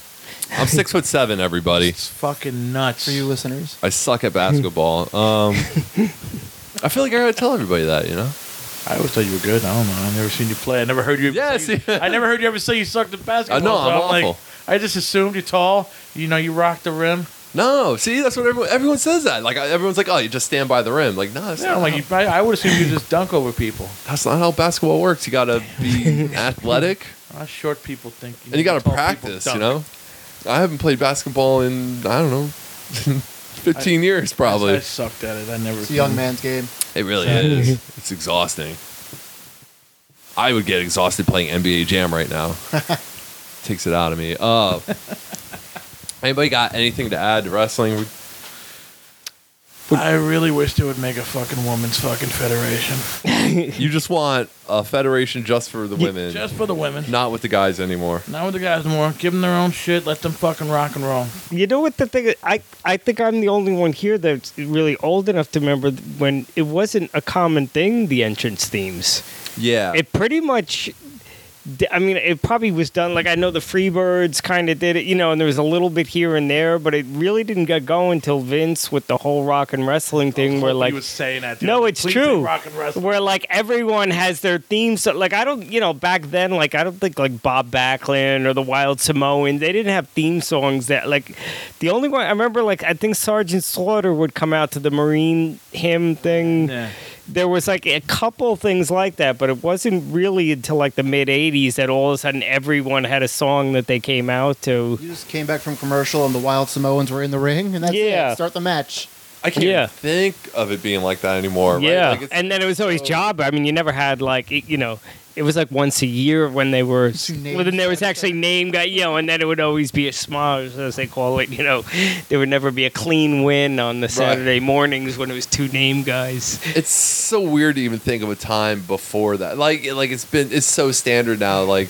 I'm six foot seven, everybody. It's fucking nuts. For you listeners, I suck at basketball. Um, I feel like I gotta tell everybody that, you know. I always thought you were good. I don't know. I've never seen you play. I never heard you. Yeah, say- see- I never heard you ever say you sucked at basketball. I know, I'm so awful. Like, I just assumed you're tall. You know, you rock the rim. No, see, that's what everyone everyone says that. Like I- everyone's like, oh, you just stand by the rim. Like no, that's, Yeah, not, I'm like how, you, I, I would assume you just dunk over people. that's not how basketball works. You gotta be athletic Us short people think. and you gotta tall people practice. You dunk. know, I haven't played basketball in I don't know, [laughs] fifteen years probably. I sucked at it. I never. it's a young man's game. It really Yeah. is. It's exhausting. I would get exhausted playing NBA Jam right [laughs] now. Takes it out of me. [laughs] Uh, anybody got anything to add to wrestling? I really wish they would make a fucking women's fucking federation, You just want a federation just for the women, just for the women. not with the guys anymore. Not with the guys more. Give them their own shit. Let them fucking rock and roll. You know what the thing is? I, I think I'm the only one here that's really old enough to remember th- when it wasn't a common thing, the entrance themes. Yeah. It pretty much, d- I mean, it probably was done. Like, I know the Freebirds kind of did it, you know, and there was a little bit here and there, but it really didn't get going until Vince with the whole rock and wrestling thing where, Hope like, Oh, he was saying that. No, dude. it's Please true. say Rock and wrestle. where like everyone has their theme so like i don't you know back then like i don't think like bob backlund or the wild samoan they didn't have theme songs that like the only one i remember like i think sergeant slaughter would come out to the marine hymn thing Yeah. there was like a couple things like that but it wasn't really until like the mid 80s that all of a sudden everyone had a song that they came out to You just came back from commercial, and the Wild Samoans were in the ring, and that's Yeah. it. Start the match. I can't Yeah. think of it being like that anymore. right? yeah Like, it's- and then it was always job i mean you never had like it- you know it was like once a year when they were Name well then there was actually name guy you know and then it would always be a smosh as they call it you know there would never be a clean win on the saturday mornings when it was two name guys it's so weird to even think of a time before that. Like like it's been it's so standard now. Like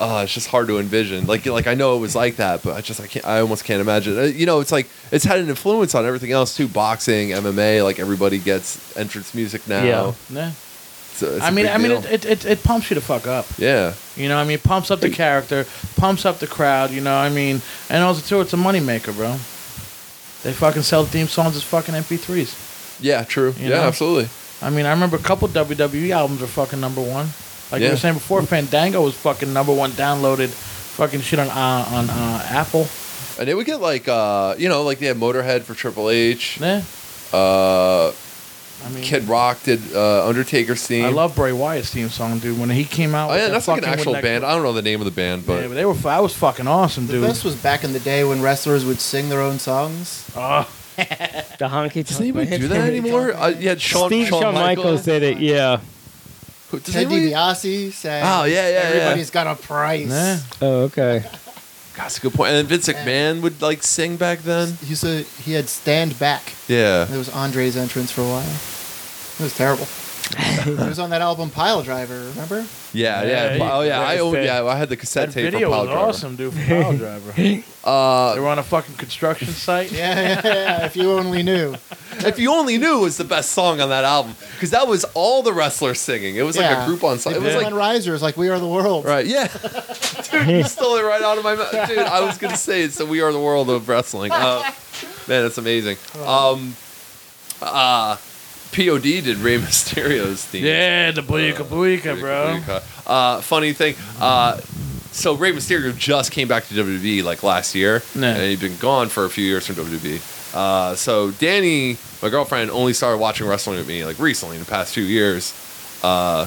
uh, it's just hard to envision. Like like I know it was like that, but I just I can't I almost can't imagine. Uh, you know, it's like it's had an influence on everything else too. Boxing, MMA, like everybody gets entrance music now. Yeah. Yeah. It's a- it's a I mean, big I mean, deal. it, it, it, it pumps you to fuck up. yeah. You know, what I mean, pumps up the character, pumps up the crowd. You know, what I mean, and also too, it's a moneymaker, bro. They fucking sell theme songs as fucking MP3s. Yeah, true. You yeah, know? absolutely. I mean, I remember a couple WWE albums are fucking number one. Like we Yeah. were saying before, Fandango was fucking number one downloaded, fucking shit on uh, on uh, Apple. And it would get like uh you know, like they had Motorhead for Triple H. Yeah, Uh I mean, Kid Rock did uh Undertaker's theme. I love Bray Wyatt's theme song, dude. When he came out, Oh with yeah, that that's like an fucking- actual with that- band. I don't know the name of the band, but yeah, but they were. I was fucking awesome, The dude. best was back in the day when wrestlers would sing their own songs. Oh, the honky Does anybody do that anymore? Uh, yeah, Shawn, Steve Shawn, Michaels. Michaels did it, yeah. Who- does Ted anybody- DiBiase sang. Oh, yeah, yeah, yeah. Everybody's got a price. yeah. Oh, okay. That's a good point. And then Vince McMahon would like sing back then. He said he had stand back. Yeah, There was Andre's entrance for a while. It was [laughs] terrible. it was on that album Pile Driver. Remember? yeah, yeah. Yeah, oh yeah, that I was owned. the- Yeah, I had the cassette That tape video for Power was awesome, dude. From [laughs] Power Driver, they Uh, were on a fucking [laughs] construction site. Yeah, yeah, yeah. If you only knew. Uh, if you only knew was the best song on that album because that was all the wrestlers singing. It was like Yeah. a group on They site. It put was it like on risers like we are the world. right, yeah. [laughs] dude, you stole it right out of my mouth, [laughs] dude. I was gonna say it's the We Are the World of wrestling. Uh, man, that's amazing. Um, uh, Pod did Rey Mysterio's theme. Yeah, the booyaka booyaka, bro. Uh, funny thing. Uh, so Rey Mysterio just came back to WWE like last year, Yeah. and he'd been gone for a few years from WWE. Uh, so Danny, my girlfriend, only started watching wrestling with me like recently in the past few years, uh,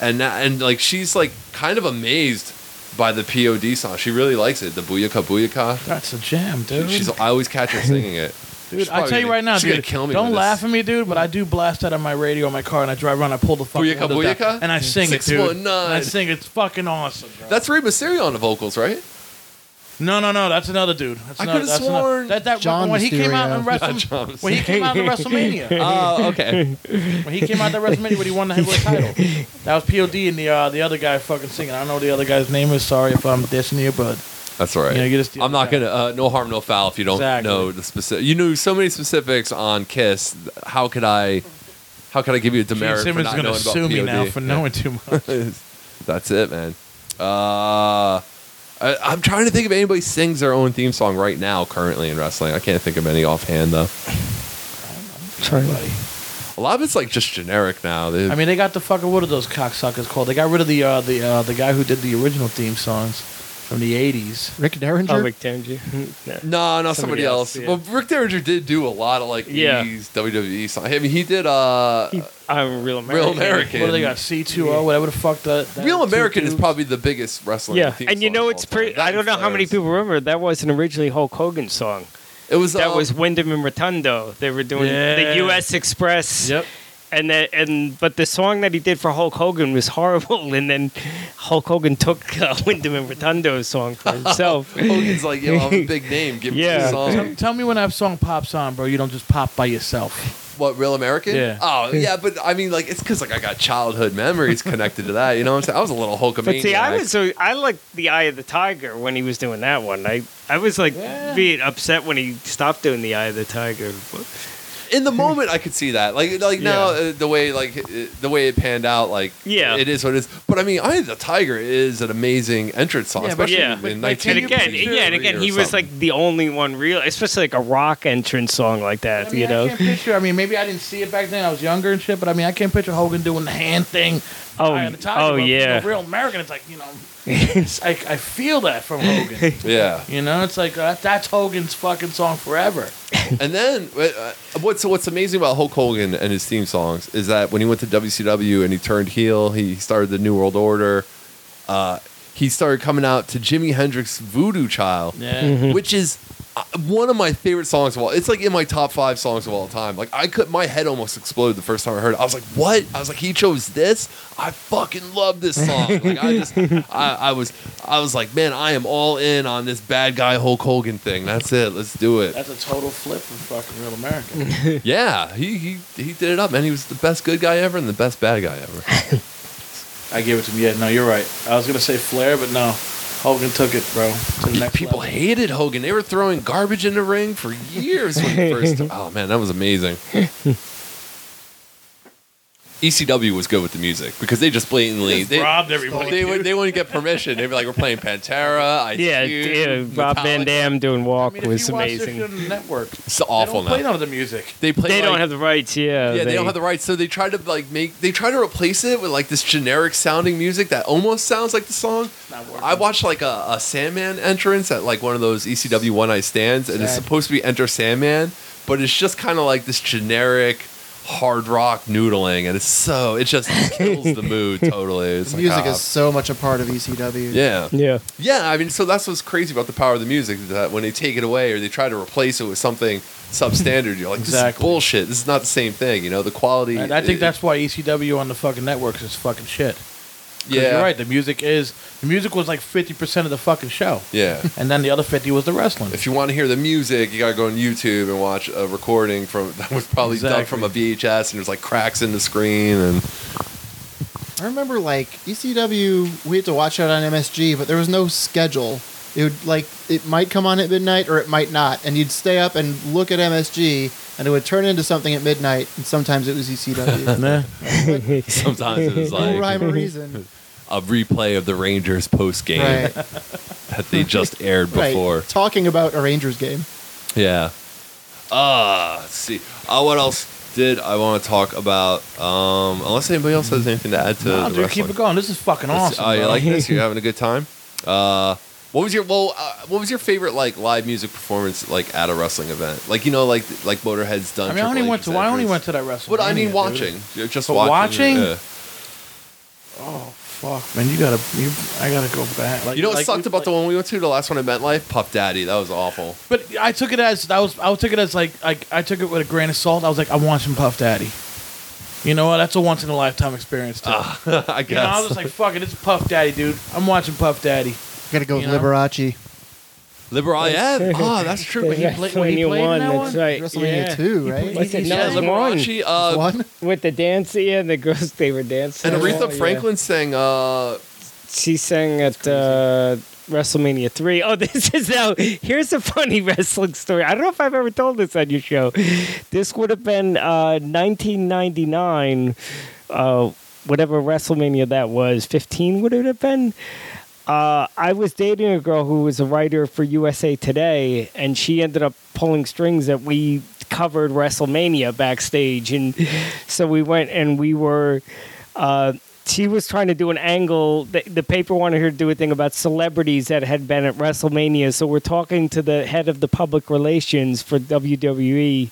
and that, and like she's like kind of amazed by the POD song. She really likes it. The booyaka booyaka. That's a jam, dude. She's I always catch her singing [laughs] it. dude, She's I tell probably you gonna- right now, she's gonna dude. kill me don't with laugh this. at me, dude. But I do blast that on my radio in my car, and I drive around. I pull the fucking Booyaka windows down, booyaka? Mm. and I sing it, dude. 619. And I sing it's fucking awesome. Bro. That's Rey Mysterio on the vocals, [laughs] right? no, no, no. That's another dude. That's I another- could've that's another- sworn- that that John when he came out Mysterio. [laughs] in John WrestleMania, when he came out in WrestleMania, Oh, okay. when he came out in WrestleMania, when he won the [laughs] heavyweight title, that was Pod and the uh, the other guy fucking singing. I don't know what the other guy's name is. Sorry if I'm dissing you, but That's all right. you know, you just I'm not gonna. Uh, no harm, no foul. If you don't Exactly. know the specific, you knew so many specifics on Kiss. How could I? How could I give you a Gene demerit for Simmons not gonna knowing about sue me now POD? for knowing too much. [laughs] That's it, man. Uh, I, I'm trying to think if anybody sings their own theme song right now, currently in wrestling. I can't think of any offhand though. Sorry. A lot of it's like just generic now. They- I mean, they got the fucking what are those cocksuckers called? They got rid of the uh, the uh, the guy who did the original theme songs from the '80s. Rick Derringer. Oh, McTenji. [laughs] No. no, no, somebody, somebody else. else, yeah. Well, Rick Derringer did do a lot of like Yeah. 80s WWE songs. E I mean, he did uh, He- I'm a real American. Real American. What do they got? C2O, whatever the fuck that. that Real two American is dudes- probably the biggest wrestling. Yeah, theme and you song know of it's all time. pretty. That I don't know how many and Flair's. people remember that wasn't originally Hulk Hogan's song. It was That uh, was Wyndham and Rotundo. They were doing Yeah. the U.S. Express. Yep. And that, and but the song that he did for Hulk Hogan was horrible, [laughs] and then Hulk Hogan took uh, Wyndham and Rotundo's song [laughs] for himself. Hogan's like, yo, I'm a big name. Give me [laughs] Yeah. the Tell, song. tell me when that song pops on, bro. You don't just pop by yourself. What Real American? Yeah. Oh yeah, but I mean, like, it's because like I got childhood memories connected to that. You know what I'm saying? I was a little Hulkamaniac. But see, I was so I liked the Eye of the Tiger when he was doing that one. I I was like Yeah. being upset when he stopped doing the Eye of the Tiger. in the moment I could see that. Like like now Yeah. uh, the way like uh, the way it panned out like Yeah. it is what it is. But I mean, I the Tiger is an amazing entrance song, Yeah, but- especially Yeah. in Like, And Can 19 you again, picture- yeah, and again, or he was something. like the only one real, especially like a rock entrance song like that. I mean, you I know? can't picture. I mean, maybe I didn't see it back then. I was younger and shit, but I mean, I can't picture Hogan doing the hand thing. Oh, Eye of the tiger, oh but, you know, yeah. real American. It's like you know, it's- I, I feel that from [laughs] Hogan. yeah. You know, it's like uh, that's Hogan's fucking song forever. And then uh, what's what's amazing about Hulk Hogan and his theme songs is that when he went to WCW and he turned heel, he started the New World Order. Uh, he started coming out to Jimi Hendrix Voodoo Child, Yeah. Mm-hmm. which is uh, one of my favorite songs of all. It's like in my top five songs of all time. Like I could, my head almost exploded the first time I heard it. I was like, "What?" I was like, "He chose this." I fucking love this song. Like I just, I, I was, I was like, "Man, I am all in on this bad guy Hulk Hogan thing." That's it. Let's do it. That's a total flip from fucking Real American. Yeah, he, he he did it up, man. He was the best good guy ever and the best bad guy ever. I give it to him. Yeah, no, you're right. I was gonna say Flair, but no, Hogan took it, bro. To the next People level. hated Hogan. They were throwing garbage in the ring for years when he first. Oh man, that was amazing. ECW was good with the music because they just blatantly Just they, robbed everybody. They, would, they wouldn't get permission. They'd be like, "We're playing Pantera." IQ, Yeah, yeah, Rob Van Metallica." Dam doing I Walk mean, if was you watch this shit amazing. on the network. It's awful they don't play now. none of the music. They play. They don't like- have the rights, yeah. Yeah, they, don't have the rights, so they try to like make they try to replace it with like this generic sounding music that almost sounds like the song. Not working. I watched like a, a Sandman entrance at like one of those E ECW one night stands, and it's Sad. supposed to be Enter Sandman, but it's just kind of like this generic hard rock noodling, and it's so it just kills the [laughs] mood totally. It's The like, music ah, is so much a part of E ECW. yeah. Yeah. Yeah, I mean, so that's what's crazy about the power of the music is that when they take it away or they try to replace it with something substandard, you're like, this Exactly. is bullshit. This is not the same thing, you know. The quality. And I think it- that's why ECW on the fucking networks is fucking shit. 'Cause yeah, you're right. The music is the music was like fifty percent of the fucking show, Yeah. and then the other fifty was the wrestling. If you want to hear the music, you gotta go on YouTube and watch a recording from [laughs] that was probably done Exactly. from a VHS, and there's like cracks in the screen, and I remember like ECW, we had to watch it on MSG, but there was no schedule. It would like it might come on at midnight or it might not, and you'd stay up and look at MSG, and it would turn into something at midnight, and sometimes it was E [laughs] ECW. Nah. [laughs] sometimes [laughs] it was no like rhyme or [laughs] reason, a replay of the Rangers post game right? [laughs] that they [laughs] just aired before. Right. Talking about a Rangers game. Yeah. Uh let's see. Uh, what else did I want to talk about? Um, unless anybody else has anything to add to no, the dude, wrestling. keep it going. This is fucking Let's- awesome. Oh, you bro. like this? [laughs] You're having a good time. Uh, what was your well? Uh, what was your favorite like live music performance like at a wrestling event? Like you know, like like Motorhead's done. I mean, Triple I only went H's to. I only entrance. went to that wrestling. But I mean, watching. You're just But watching. watching? yeah. Oh fuck, man! You gotta. You, I gotta go back. Like, You know what like, sucked about the one we went to, the last one at MetLife? Puff Daddy. That was awful. [laughs] But I took it as I was. I took it as like I, I took it with a grain of salt. I was like, I want some Puff Daddy. You know what? That's a once in a lifetime experience. Too. I you know, I was guess. just like, fuck it, it's Puff Daddy, dude. I'm watching Puff Daddy. Gotta go You with know? Liberace. Liberal. [laughs] Yeah. Oh, that's true. When he played- when he played in that that's one? right. WrestleMania yeah. 2, right? What's it? He No, Yeah, said it's one. Liberace. Uh, [laughs] One? With the dance, yeah, and the girls, they were dancing. And Oh, Aretha yeah. Franklin sang. Uh, She sang at uh, WrestleMania 3. Oh, [laughs] this is now. Here's a funny [laughs] wrestling story. I don't know if I've ever told this on your show. This would have been uh, 1999, uh, whatever WrestleMania that was, 15 would it have been? uh, I was dating a girl who was a writer for USA Today, and she ended up pulling strings that we covered WrestleMania backstage, and so we went and we were. Uh, she was trying to do an angle. The, the paper wanted her to do a thing about celebrities that had been at WrestleMania. So we're talking to the head of the public relations for E. WWE,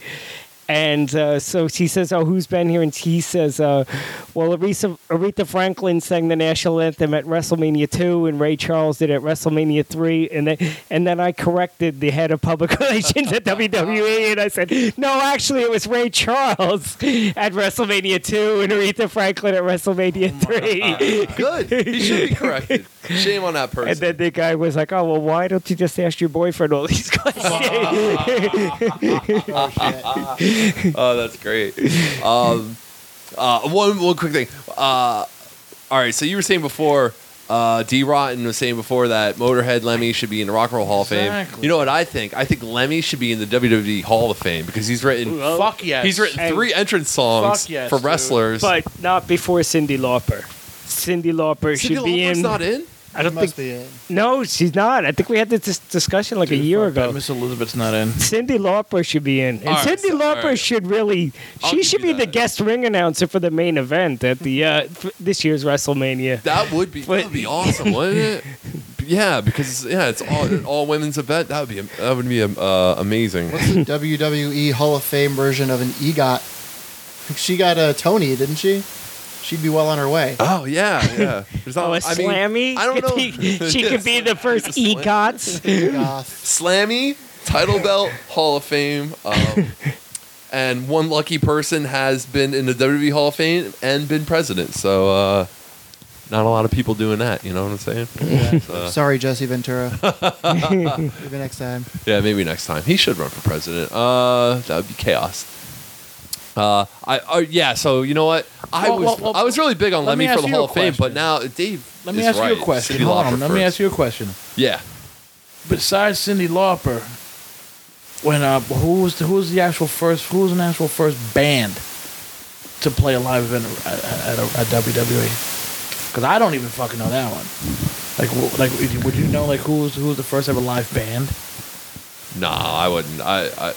and uh, so she says, "Oh, who's been here?" And he says, uh, "Well, Aretha, Aretha Franklin sang the national anthem at WrestleMania two, and Ray Charles did at WrestleMania three, and then and then I corrected the head of public [laughs] relations at WWE, and I said, "No, actually, it was Ray Charles at WrestleMania two, and Aretha Franklin at Oh Wrestlemania three. Good. He should [laughs] be corrected. Shame on that person. [laughs] And then the guy was like, "Oh well, why don't you just ask your boyfriend all these [laughs] questions?" oh, that's great. Um, uh, one one quick thing. Uh, all right, so you were saying before, uh, D. Rotten was saying before that Motorhead Lemmy should be in the Rock and Roll Hall of Fame. Exactly. You know what I think? I think Lemmy should be in the WWE Hall of Fame because he's written Fuck yes. he's written And- three entrance songs Fuck yes, for dude. wrestlers. [laughs] but not before Cindy Lauper. Cindy Lauper Cyndi should be Lauper's in. not in. I don't must think. be in. No, she's not. I think we had this dis- discussion like a year ago. Miss Elizabeth's not in. Cindy Lauper should be in, and All right, Cindy so- all Lauper right. should really. I'll she give should you be the that. guest ring announcer for the main event at the uh, f- this year's WrestleMania. That would be that would be awesome, wouldn't it? [laughs] Yeah, because yeah, it's all an all women's event. That would be that would be um, uh, amazing. What's the WWE Hall of Fame version of an EGOT? She got a Tony, didn't she? She'd be well on [laughs] her way. Oh yeah, yeah. [laughs] There's not, Oh, a I mean, slammy! I don't know. [laughs] she could be the first EGOTs. [laughs] Egoth. Slammy, title belt, Hall of Fame, um, [laughs] and one lucky person has been in the WWE Hall of Fame and been president. So uh, not a lot of people doing that. You know what I'm [laughs] saying? So, Sorry, Jesse [laughs] Ventura. Maybe next time. yeah, maybe next time he should run for president. Uh, that would be chaos. Uh, I uh, yeah. So you know what? I Well, was well, well, I was really big on let Lemmy me for ask the you Hall a of Fame, but question. now Dave. Let me is ask right. you a question. Cyndi Hold Lauper on. Let me first. ask you a question. Yeah. Besides Cindy Lauper, when uh, who was the, who was the actual first who was an actual first band to play a live event at, at, a, at WWE? Because I don't even fucking know that one. Like, wh- like, would you- would you know like who was who was the first ever live band? Nah, I wouldn't. I, I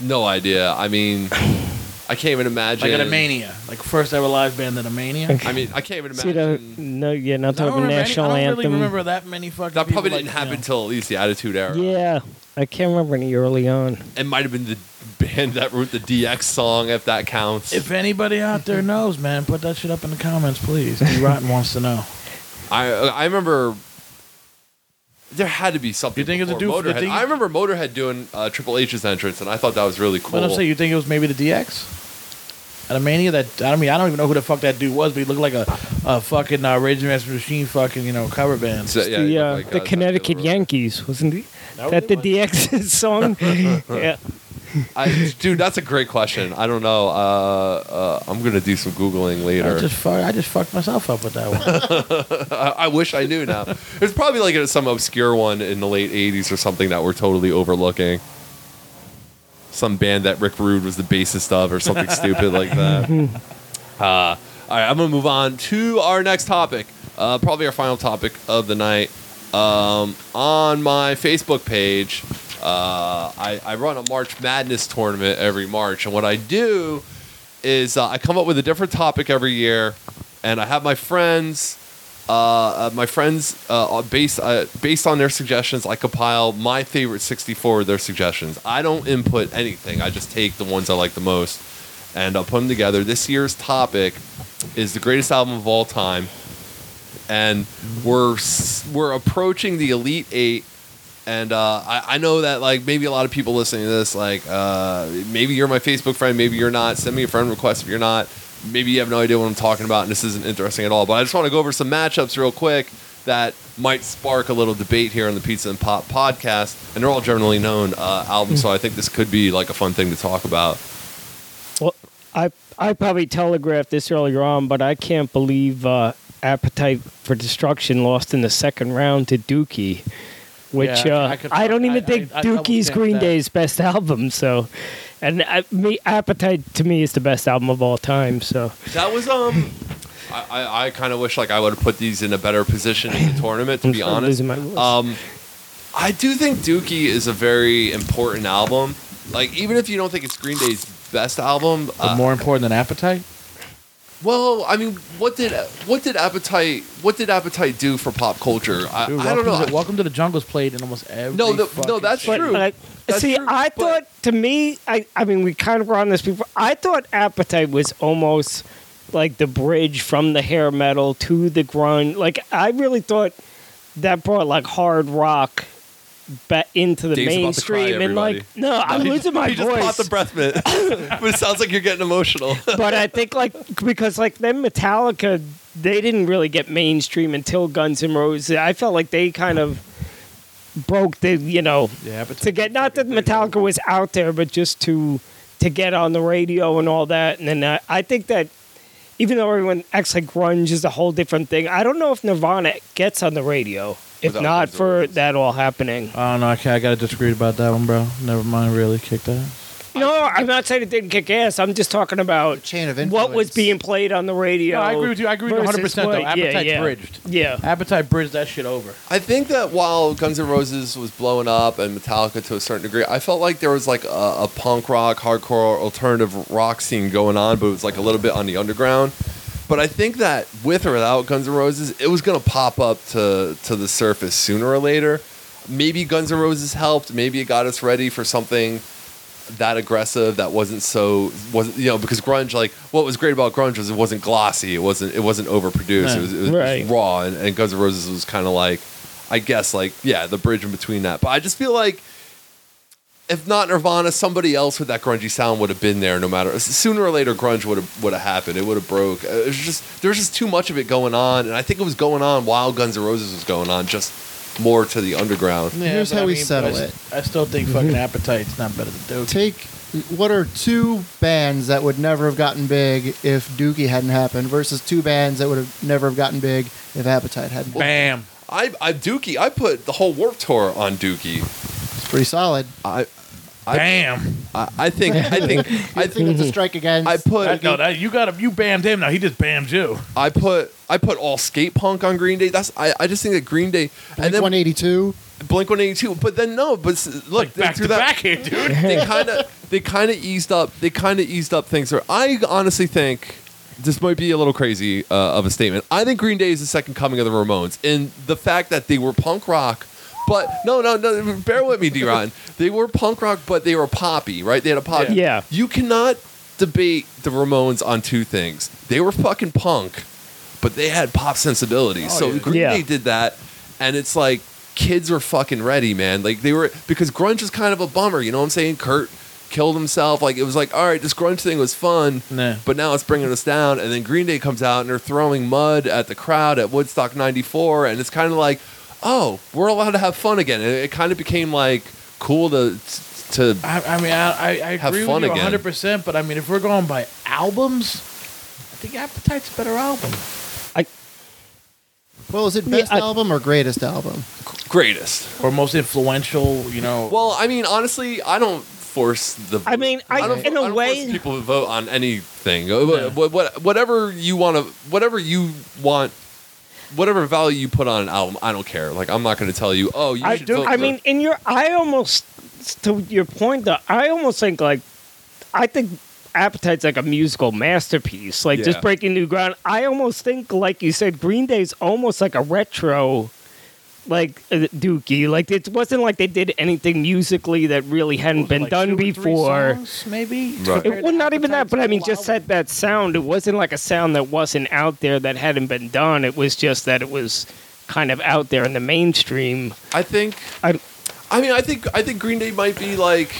no idea. I [coughs] mean, I can't even imagine. Like at a mania, like first ever live band at a mania. I mean, I can't even So you don't, imagine. no, yeah, not I don't, talking remember any- national I don't anthem. really remember that many fucking. That probably people, didn't like, you happen know. till at least the Attitude Era. yeah, I can't remember any early on. it might have been the band that wrote the DX song, if that counts. If anybody out [laughs] there knows, man, put that shit up in the comments, please. D Rotten wants to know. I I remember. There had to be something. You think it was a before dude- you Motorhead. think- I remember Motorhead doing uh, Triple H's entrance, and I thought that was really cool. But I'm saying, you think it was maybe the DX? At a mania that I mean I don't even know who the fuck that dude was, but he looked like a, a fucking uh, Rage Against the Machine fucking you know cover band. So, yeah, the you look uh, like, uh, the Zack Connecticut Taylor. Yankees wasn't it? That that the really DX [laughs] [laughs] song? yeah. I, dude, that's a great question. I don't know. Uh, uh, I'm gonna do some googling later. I just fuck, I just fucked myself up with that [laughs] one. I, I wish I knew now. There's probably like some obscure one in the late 80s or something that we're totally overlooking. Some band that Rick Rude was the bassist of or something stupid like that. Uh, all right, I'm going to move on to our next topic. Uh, probably our final topic of the night. Um, on my Facebook page, uh, I, I run a March Madness tournament every March. And what I do is uh, I come up with a different topic every year, and I have my friends uh, uh, my friends uh, uh, based uh, based on their suggestions, I compile my favorite 64 of their suggestions. I don't input anything. I just take the ones I like the most and I'll put them together. This year's topic is the greatest album of all time, and we're s- we're approaching the elite eight. And uh, I, I know that like maybe a lot of people listening to this, like uh, maybe you're my Facebook friend, maybe you're not. Send me a friend request if you're not. Maybe you have no idea what I'm talking about, and this isn't interesting at all. But I just want to go over some matchups real quick that might spark a little debate here on the Pizza and Pop podcast. And they're all generally known uh, albums, so I think this could be like a fun thing to talk about. Well, I I probably telegraphed this earlier on, but I can't believe uh, Appetite for Destruction lost in the second round to Dookie, which Yeah, I- uh, I, I could- don't even I- think I- I double Dookie's checked Green that. Day's best album. So, uh, and I, me, Appetite to me is the best album of all time. So That was um I, I, I kind of wish like I would have put these in a better position in the tournament. To I'm be start honest, losing my voice. um, I do think Dookie is a very important album. Like even if you don't think it's Green Day's best album, But uh, more important than appetite? well, I mean, what did what did Appetite what did Appetite do for pop culture? I, Dude, I don't Welcome know. To, welcome to the Jungle's played in almost every. No, the- no, fucking that's show. true. Like, That's see, true, I but- thought to me, I, I mean, we kind of were on this before. I thought Appetite was almost like the bridge from the hair metal to the grunge. Like, I really thought that brought like hard rock back into the Dave's about to mainstream. cry, and like, everybody. no, [laughs] I'm He losing just- my he voice. just popped the breath mint, [laughs] but it sounds like you're getting emotional. but I think like because like then Metallica, they didn't really get mainstream until Guns N' Roses. I felt like they kind of broke the you know Yeah, appetite. to get not that Metallica was out there, but just to to get on the radio and all that. And then uh, I think that even though everyone acts like grunge is a whole different thing, I don't know if Nirvana gets on the radio. If Without not Guns N' for Roses. that all happening, I don't know. Okay, I gotta disagree about that one, bro. Never mind. Really, kick that. no, I'm not saying it didn't kick ass. I'm just talking about Chain of influence. what was being played on the radio. No, I agree with you. I agree with you versus 100% though. what- yeah, Appetite's yeah. bridged. Yeah. Appetite bridged that shit over. I think that while Guns N' Roses was blowing up and Metallica to a certain degree, I felt like there was like a, a punk rock, hardcore, alternative rock scene going on, but it was like a little bit on the underground. But I think that with or without Guns N' Roses, it was going to pop up to to the surface sooner or later. Maybe Guns N' Roses helped. Maybe it got us ready for something that aggressive that wasn't so wasn't you know because grunge like what was great about grunge was it wasn't glossy it wasn't it wasn't overproduced Right. it was, it was Right. raw and, and guns n' roses was kind of like i guess like yeah the bridge in between that but i just feel like if not nirvana somebody else with that grungy sound would have been there no matter sooner or later grunge would have would have happened it would have broke Uh, it was just there was just too much of it going on and i think it was going on while guns n' roses was going on just more to the underground Here's but how we but settle I, it. s- I still think [laughs] fucking appetite's not better than Duke. Take what are two bands that would never have gotten big if Dookie hadn't happened versus two bands that would have never have gotten big if Appetite hadn't. Bam. I, I Dookie, I put the whole Warp Tour on Dookie. It's pretty solid. I, I- Bam. I, I think I think I [laughs] I think think [laughs] it's a strike against. I put That, no, that you got you bammed him. Now he just bammed you. I put I put all skate punk on Green Day. That's I, I just think that Green Day and Blink then 182. Blink One Eighty Two. But then no, but s- look Like they- back through to that back [laughs] here, dude. they kind of they kind of eased up. They kind of eased up things. Or I honestly think this might be a little crazy uh, of a statement. I think Green Day is the second coming of the Ramones, and the fact that they were punk rock. But no, no, no. Bear with me, D-Ron. [laughs] They were punk rock, but they were poppy, right? They had a pop. Yeah. Yeah. You cannot debate the Ramones on two things. They were fucking punk, but they had pop sensibilities. Oh, so yeah. Green Yeah. Day did that, and it's like kids were fucking ready, man. Like they were because grunge was kind of a bummer. You know what I'm saying? Kurt killed himself. Like it was like, all right, this grunge thing was fun, Nah. but now it's bringing us down. And then Green Day comes out and they're throwing mud at the crowd at Woodstock '94, and it's kind of like, oh, we're allowed to have fun again. And it kind of became like cool to to I, I mean, I, I, I Have agree fun with you again. 100. percent But I mean, if we're going by albums, I think Appetite's a better album. Well, is it Yeah, best I- album or greatest album? greatest. Or most influential, you know. Well, I mean, honestly, I don't force the. I mean, I- don't, in a don't way- force people to vote on anything. Uh, wh- wh- what- whatever you want to, whatever you want, whatever value you put on an album, I don't care. Like, I'm not going to tell you. Oh, you I, should. do- vote I for- mean, in your, I almost, to your point though, I almost think like, I think Appetite's like a musical masterpiece, like Yeah. just breaking new ground. I almost think, like you said, Green Day's almost like a retro, like uh, Dookie. Like it wasn't like they did anything musically that really What was it, hadn't been like two done or three before. songs, maybe. Right. It, well, not even that, but I mean, just that that sound. It wasn't like a sound that wasn't out there that hadn't been done. It was just that it was kind of out there in the mainstream. I think. I, I mean, I think. I think Green Day might be like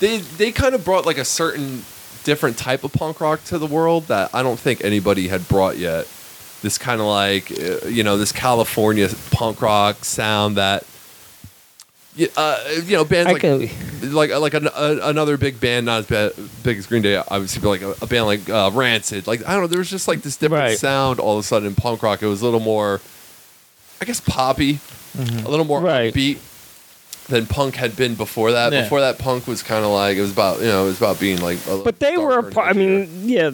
they. They kind of brought like a certain different type of punk rock to the world that I don't think anybody had brought yet. This kind of like uh, you know this California punk rock sound that. y- Uh, you know, bands I like can- like uh, like an, a, another big band, not as bad, big as Green Day, obviously, but like a, a band like uh, Rancid. Like I don't know, there was just like this different Right. sound all of a sudden in punk rock. It was a little more, I guess, poppy, a little more Right. upbeat than punk had been before that. Yeah. Before that, punk was kind of like it was about you know it was about being like. A but they were. a darker part I nature. mean, yeah,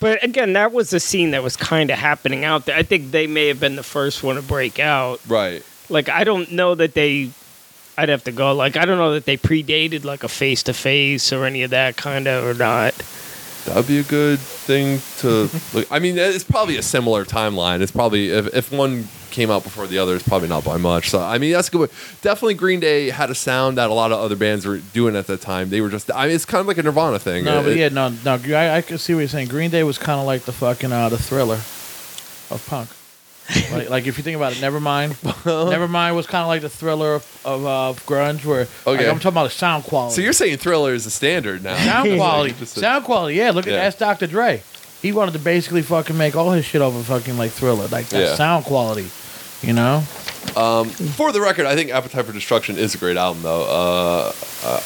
But again, that was a scene that was kind of happening out there. I think they may have been the first one to break out. Right. Like I don't know that they. I'd have to go. Like I don't know that they predated like a face to face or any of that kind of or not. That would be a good thing [laughs] to look. I mean, it's probably a similar timeline. It's probably if, if one came out before the other, it's probably not by much. So I mean, that's a good. Way. Definitely, Green Day had a sound that a lot of other bands were doing at that time. They were just. I mean, it's kind of like a Nirvana thing. No, but It- yeah, no, no. I, I can see what you're saying. Green Day was kind of like the fucking uh, the thriller of [laughs] punk. like, like if you think about it, Nevermind, Uh-huh. Nevermind was kind of like the thriller of, of uh, grunge. Where like, Okay. I'm talking about the sound quality. So you're saying Thriller is the standard now? [laughs] sound quality, sound quality. Yeah, look at Yeah. ask Dr. Dre. He wanted to basically fucking make all his shit over fucking like thriller, like that Yeah. sound quality. You know, For the record, I think Appetite for Destruction is a great album, though. Uh, uh,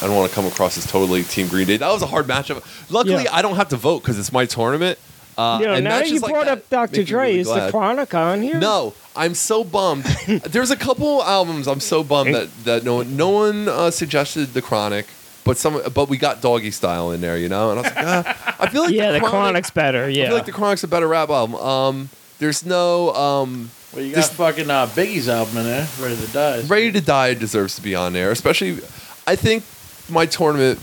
I don't want to come across as totally Team Green Day. That was a hard matchup. Luckily, Yeah. I don't have to vote because it's my tournament. Uh, you know, and now that matches you like brought that up Dr. make me Dre, really is the glad. Chronic on here? No, I'm so [laughs] bummed. There's a couple albums I'm so bummed that, that no one no one uh, suggested the Chronic, but some but we got Doggy Style in there, you know. And I was like, ah. I feel like [laughs] Yeah, the the, Chronic, Chronic's better. Yeah. I feel like the Chronic's a better rap album. Um, there's no um, well you got got This- fucking uh, Biggie's album in there, Ready to Die. Ready to Die deserves to be on there, especially. I think my tournament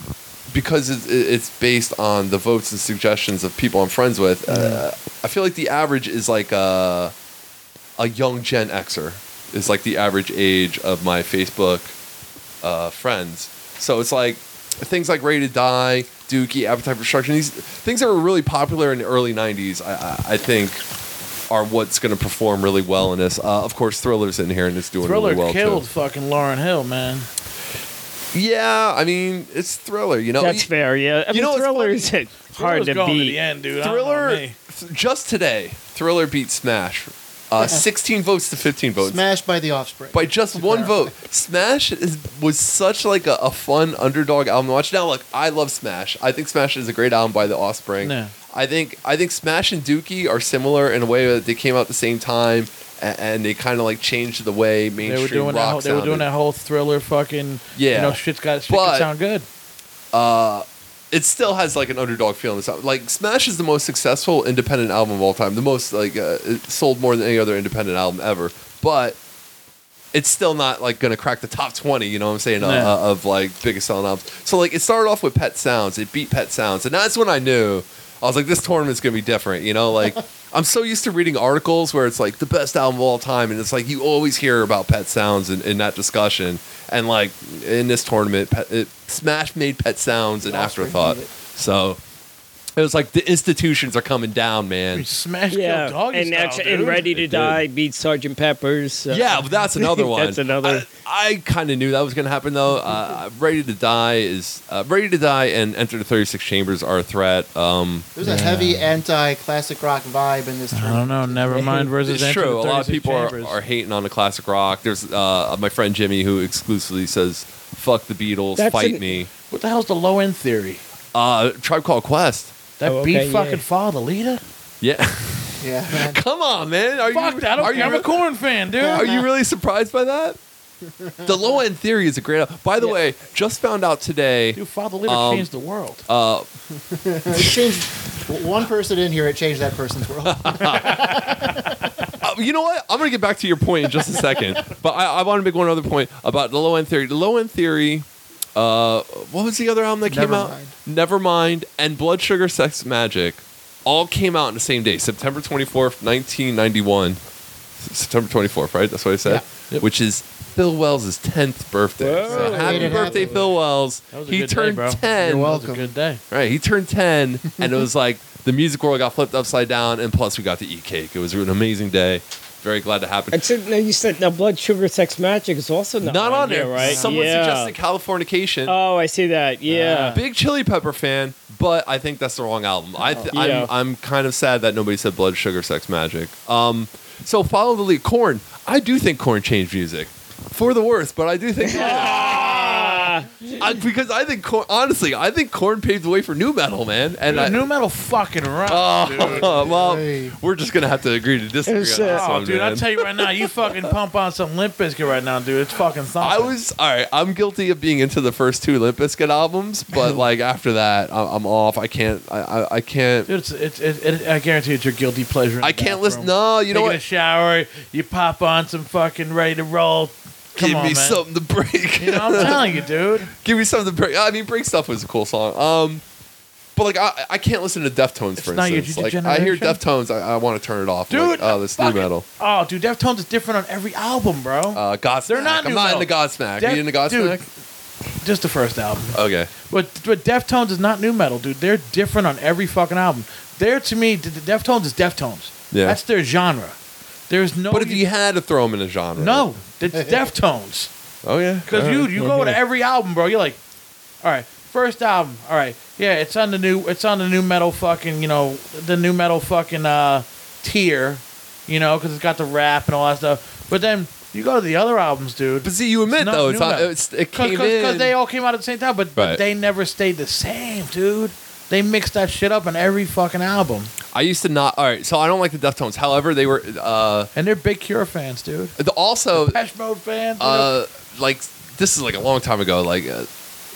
because it's, it's based on the votes and suggestions of people I'm friends with. Uh, Mm. I feel like the average is like a a young Gen Xer is like the average age of my Facebook uh, friends. So it's like things like Ready to Die, Dookie, Appetite for Destruction. These things that were really popular in the early '90s. I, I, I think. Are what's going to perform really well in this. Uh, of course, Thriller's in here and it's doing Thriller really well killed too. fucking Lauren Hill, man. Yeah, I mean, it's Thriller. You know, That's Y- fair. Yeah. I you mean, know what's Thriller is hard Thriller's to going beat. To the end, dude. I don't know Thriller. me. th- Just today, Thriller beat Smash, uh, sixteen votes to fifteen votes Smashed by the offspring. by just one vote. Smash is, was such like a, a fun underdog album to watch. Now, look, I love Smash. I think Smash is a great album by The Offspring. Yeah. I think I think Smash and Dookie are similar in a way that they came out at the same time. And, and they kind of like changed the way mainstream They were doing that. rock Whole, they were doing sounded. that whole thriller fucking. Yeah. You know, shit's got shit But- can sound good. it still has like an underdog feeling. It's not- Like Smash is the most successful independent album of all time. The most like uh, it sold more than any other independent album ever. But it's still not like going to crack the top twenty. You know what I'm saying? uh, Yeah. Uh, of like biggest selling albums. So like it started off with Pet Sounds. It beat Pet Sounds, and that's when I knew I was like, this tournament's going to be different. You know, like. I'm so used to reading articles where it's like the best album of all time, and it's like you always hear about Pet Sounds in, in that discussion. And like in this tournament, Pet, it, Smash made Pet Sounds an afterthought. So it was like the institutions are coming down, We man. smash Yeah, kill doggy and, style, that's, and dude. Ready They to did. Die beat Sergeant Pepper's. uh, [laughs] Yeah, but that's another one. [laughs] That's another- I, I kind of knew that was going to happen, though. Uh, Ready to Die is uh, Ready to Die and Enter the Thirty Six Chambers are a threat. Um, There's a heavy anti-classic rock vibe in this. I don't know. Never mind. Versus it's true. A lot of people are, Chambers. are hating on the classic rock. There's uh, my friend Jimmy who exclusively says "fuck the Beatles, That's fight an- me." What the hell's the low end theory? Uh, Tribe Called Quest. That Oh, beat okay, fucking yeah. follow the leader. Yeah, [laughs] Yeah, man. come on, man. Are Fuck you? that! I don't are care. you I'm a corn fan, dude. Are you really surprised by that? The low end theory is a great. By the Yeah. way, just found out today. Dude, Father Leader Um, changed the world. Uh, It changed w- one person in here. It changed that person's world. uh, you know what? I'm gonna get back to your point in just a second, but I, I want to make one other point about the low end theory. The low end theory. Uh, what was the other album that came out? Nevermind. Nevermind and Blood Sugar Sex Magic, all came out on the same day, September 24th, 1991. S- September 24th, right? That's what I said. Yep. Which is Phil Wells' 10th birthday. Whoa. So Made happy it birthday, happen. Phil Wells! That was a He good day, turned bro. 10. You're That was a welcome. good day. Right, he turned [laughs] 10, and it was like the music world got flipped upside down, and plus we got to eat cake. It was an amazing day. Very glad to happen. And so, now you said now Blood Sugar Sex Magic is also not, Not on here, there. right? Someone yeah. suggested Californication. Oh, I see that. Yeah. Big Chili Pepper fan, but I think that's the wrong album. I th- Yeah. I'm, I'm kind of sad that nobody said Blood Sugar Sex Magic. Um, so follow the lead. [laughs] Corn. I do think Corn changed music for the worse, but I do think. Ah, I, because I think cor- honestly, I think corn paved the way for new metal, man. And I, new metal fucking rocks, [laughs] dude. oh, Hey. well, we're just gonna have to agree to disagree on It's, this uh, Oh, one, dude, man. I'll tell you right now, you fucking pump on some Limp Bizkit right now, dude. It's fucking I something. was all right. I'm guilty of being into the first two Limp Bizkit albums, but like after that, I'm, I'm off. I can't. I, I, I can't. Dude, it's, it's, it, it, I guarantee it's your guilty pleasure. in I the can't bathroom. listen. No, you know Taking what? a shower, you pop on some fucking ready to roll. Come Give on, me man. something to break. You know, I'm telling you, dude. [laughs] Give me something to break. I mean, break stuff was a cool song. Um, but like I, I can't listen to Deftones for not your instance. Like I hear generation? Deftones, I, I want to turn it off. I'm Dude, like, oh, this new fuck it. metal. Oh, dude, Deftones is different on every album, bro. Uh, Godsmack. They're not I'm new not metal. into Godsmack. Def- Are you into Godsmack? dude. Just the first album. Okay. But but Deftones is not new metal, dude. They're different on every fucking album. They're to me, the the Deftones is Deftones. Yeah. That's their genre. There's no. But if you had to throw them in a genre, [laughs] no, it's Deftones. Oh yeah. Because All you right. you go to every album, bro. You're like, all right, first album, all right, yeah, it's on the new it's on the new metal fucking you know the new metal fucking uh tier, you know, because it's got the rap and all that stuff. But then you go to the other albums, dude. But see, you admit not though, it's new not, metal. it's, it Cause, came cause- 'cause in. they all came out at the same time, but, but Right. they never stayed the same, dude. They mixed that shit up on every fucking album, I used to not. All right, so I don't like the Deftones. However, they were uh, and they're big Cure fans, dude. the, also Pesh Mode fans. dude. uh, like this is like a long time ago, like uh,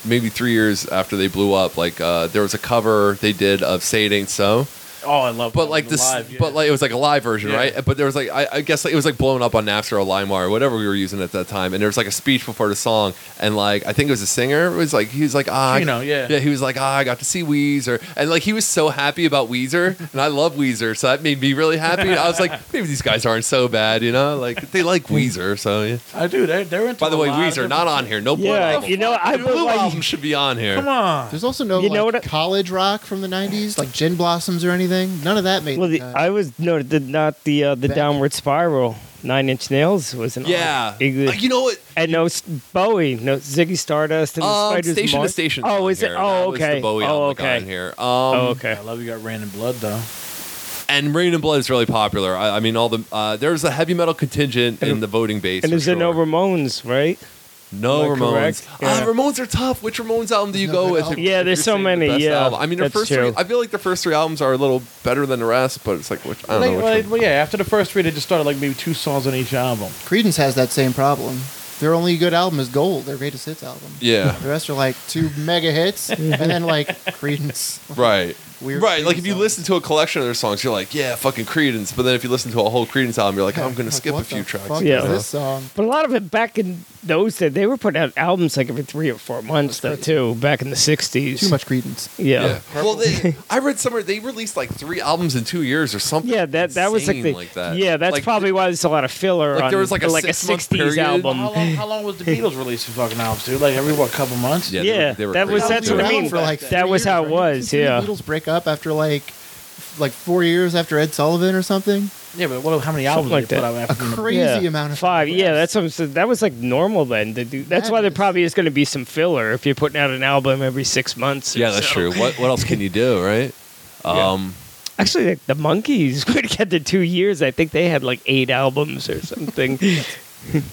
maybe three years after they blew up. Like uh, there was a cover they did of "Say It Ain't So," oh, I love. but like this, but like it was like a live version, Yeah. right? But there was like I, I guess like, it was like blown up on Napster or LimeWire or whatever we were using at that time, and there was like a speech before the song, and like I think it was a singer it was like he was like ah You know, yeah. yeah he was like ah I got to see Weezer, and like he was so happy about [laughs] Weezer, and I love Weezer, so that made me really happy. I was like maybe these guys aren't so bad, you know, like they like Weezer, so yeah. I do. They're, they're into. By the a way, lot of Weezer different- not on here. No blue yeah, album. you know, I The would blue like album should be on here. Come on. There's also no You know like, what I- college rock from the '90s, like Gin Blossoms or anything. None of that made. uh, Well, the the, cut. I was no, the, not the uh, the Back. downward spiral. Nine Inch Nails was an Yeah, odd- Igli- Uh, you know what? and no s- Bowie, no Ziggy Stardust and the Um, Spiders. station Mar- to station. Oh, is here. it? Oh, That okay. Was the Bowie oh, album okay. on here. Um, Oh, okay. I love you got Rain and Blood though. And Rain and Blood is really popular. I, I mean, all the uh, there's a heavy metal contingent in the voting base. And for is there no sure. Ramones, right? no am I Ramones? correct? Ah, Yeah. Ramones are tough. Which Ramones album do you No, go good with? album. if- Yeah, if there's you're so saying the many, best yeah. album? I mean, the That's first three. true. I feel like the first three albums are a little better than the rest, but it's like which I don't know. They- Which well, they- one. well, yeah, after the first three, they just started like maybe two songs on each album. Credence has that same problem. Their only good album is Gold, their greatest hits album. Yeah. The rest are like two [laughs] mega hits, and then like Credence. Right. Weird right. Like Creedence if you songs. listen to a collection of their songs, you're like, yeah, fucking Credence. But then if you listen to a whole Credence album, you're like, [laughs] I'm gonna Like, skip a what the few tracks. Fuck Yeah. is this song. But a lot of it back in those days, they were putting out albums like every three or four months, though, too, back in the 60s. Too much Credence. Yeah. Yeah. Well, they, I read somewhere they released like three albums in two years or something. Yeah, that that was like insane the that. yeah. That's Like, probably why there's a lot of filler. Like, on, there was, like, a six-month '60s period. Well, album. how [laughs] long? How long was the Beatles releasing fucking albums, dude? Like every what couple months? Yeah. Yeah, they were- they were that was crazy. that's what I mean. Albums were out for, like, that three was years, how it right? was. Didn't Yeah, the Beatles break up after like f- like four years after Ed Sullivan or something. Yeah, but what? How many albums like did they put out that. [laughs] A after? the- crazy Mm. Yeah. amount of five. Yeah, Yes. that's what I'm saying. That was like normal then. to do- That's why there Madness. probably is going to be some filler if you're putting out an album every six months. or Yeah, that's so. true. What what else can you do, [laughs] right? Yeah. Um, Actually, like, the [laughs] Monkeys would get to two years. I think they had like eight albums or [laughs] something.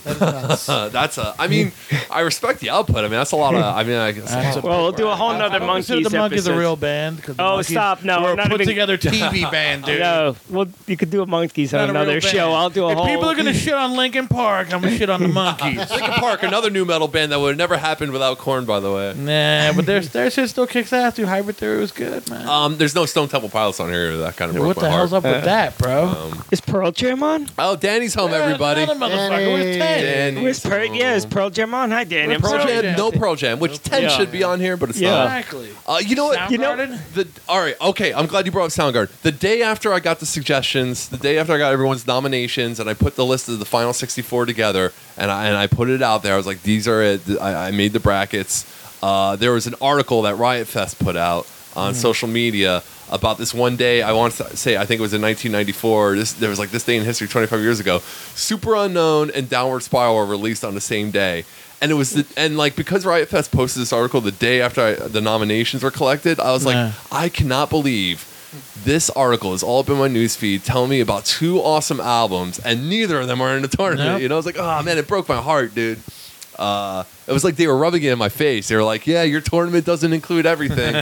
That [laughs] is nuts. uh, that's a. I [laughs] mean, I respect the output. I mean, that's a lot of. I mean, I guess That's a- well, we'll do a whole nother I don't consider Monkeys The Monkeys a episode. real band. 'cause the Oh, Monkees stop. No, were we're a not put even- together [laughs] TV band, dude. No, well, you could do a Monkeys Not on a real another band. show. I'll do a If whole. people are gonna shit on Linkin Park, I'm gonna shit on the Monkeys. [laughs] Linkin Park, another new metal band that would have never happened without Corn, by the way. nah, but their their shit still kicks ass. Dude, Hybrid Theory was good, man. Um, there's no Stone Temple Pilots on here. That kind of Dude, broke what my the heart. hell's up with that, bro? is Pearl Jam on? Oh, Danny's home, Yeah, everybody. another motherfucker with Hey. ten. Danny's Where's Pearl? home. Yeah, is Pearl Jam on? Hi, Danny. Where's I'm Pearl sorry. Pearl Jam, Jam. no Pearl Jam, which 10 Yeah. should be on here, but it's Yeah. not. Exactly. Uh, you know what? You know- Soundgarden? The, all right, okay. I'm glad you brought up Soundgarden. The day after I got the suggestions, the day after I got everyone's nominations, and I put the list of the final 64 together, and I and I put it out there. I was like, these are it. I, I made the brackets. Uh, there was an article that Riot Fest put out on social media about this one day. I want to say I think it was in 1994. This there was like this day in history 25 years ago. Super Unknown and Downward Spiral were released on the same day. And it was the, and like because Riot Fest posted this article the day after I, the nominations were collected, I was like, Yeah. I cannot believe this article is all up in my newsfeed telling me about two awesome albums, and neither of them are in the tournament. Nope. You know, I was like, oh man, it broke my heart, dude. Uh, It was like they were rubbing it in my face. They were like, "Yeah, your tournament doesn't include everything."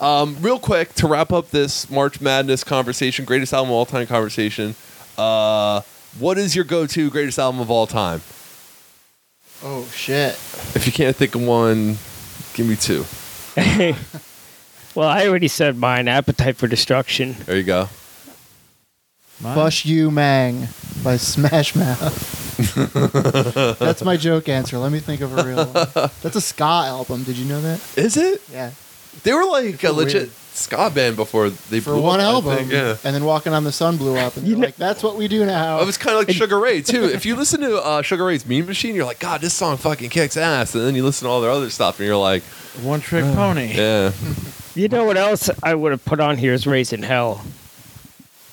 um, real quick to wrap up this March Madness conversation, greatest album of all time conversation. Uh, what is your go-to greatest album of all time? Oh shit. If you can't think of one, give me two. well, I already said mine. Appetite for Destruction. There you go. Mine? Fush You Mang by Smash Mouth. [laughs] That's my joke answer. Let me think of a real one. That's a ska album. Did you know that? Is it? Yeah. They were like It's a so legit weird. ska band before they For blew up, one I album. think, yeah. And then Walking on the Sun blew up. And You they're know- like, that's what we do now. It was kind of like Sugar Ray too. If you listen to uh, Sugar Ray's Mean Machine, you're like, God, this song fucking kicks ass. And then you listen to all their other stuff, and you're like, One Trick Pony. Yeah, You know what else I would have put on here is Raising Hell.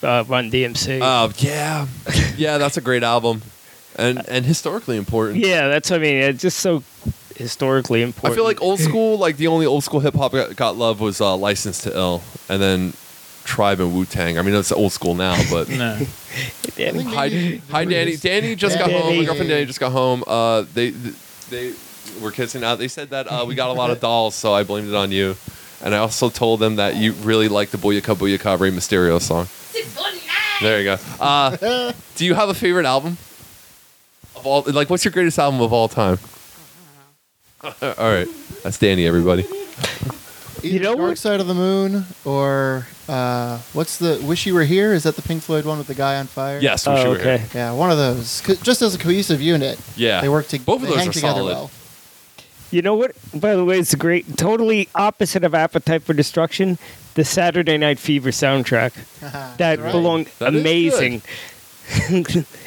Uh, Run DMC. uh, yeah, yeah, that's a great album, and and historically important. yeah, that's what I mean. It's just so historically I important. feel like old school, like the only old school hip hop got, got love was uh, License to Ill, and then Tribe and Wu Tang. I mean, that's old school now, but [laughs] No. I [laughs] think Hi, maybe the hi, Danny. greatest- Danny just got home. My Danny. girlfriend Danny just got home. Uh, they they were kissing out. They said that uh, we got a lot of dolls, so I blamed it on you. And I also told them that you really liked the Booyaka Booyaka Rey Mysterio song. There you go. Uh, do you have a favorite album of all? Like, what's your greatest album of all time? [laughs] all right, that's Danny. Everybody. either You know Dark what- Side of the Moon or uh, what's the Wish You Were Here? Is that the Pink Floyd one with the guy on fire? Yes. we Oh, should hear okay. it. Yeah, one of those. 'Cause Just as a cohesive unit, Yeah. they work together. Both of those hang are together solid. well. [laughs] You know what? By the way, it's a great, totally opposite of Appetite for Destruction. The Saturday Night Fever soundtrack that Right. belonged That is amazing.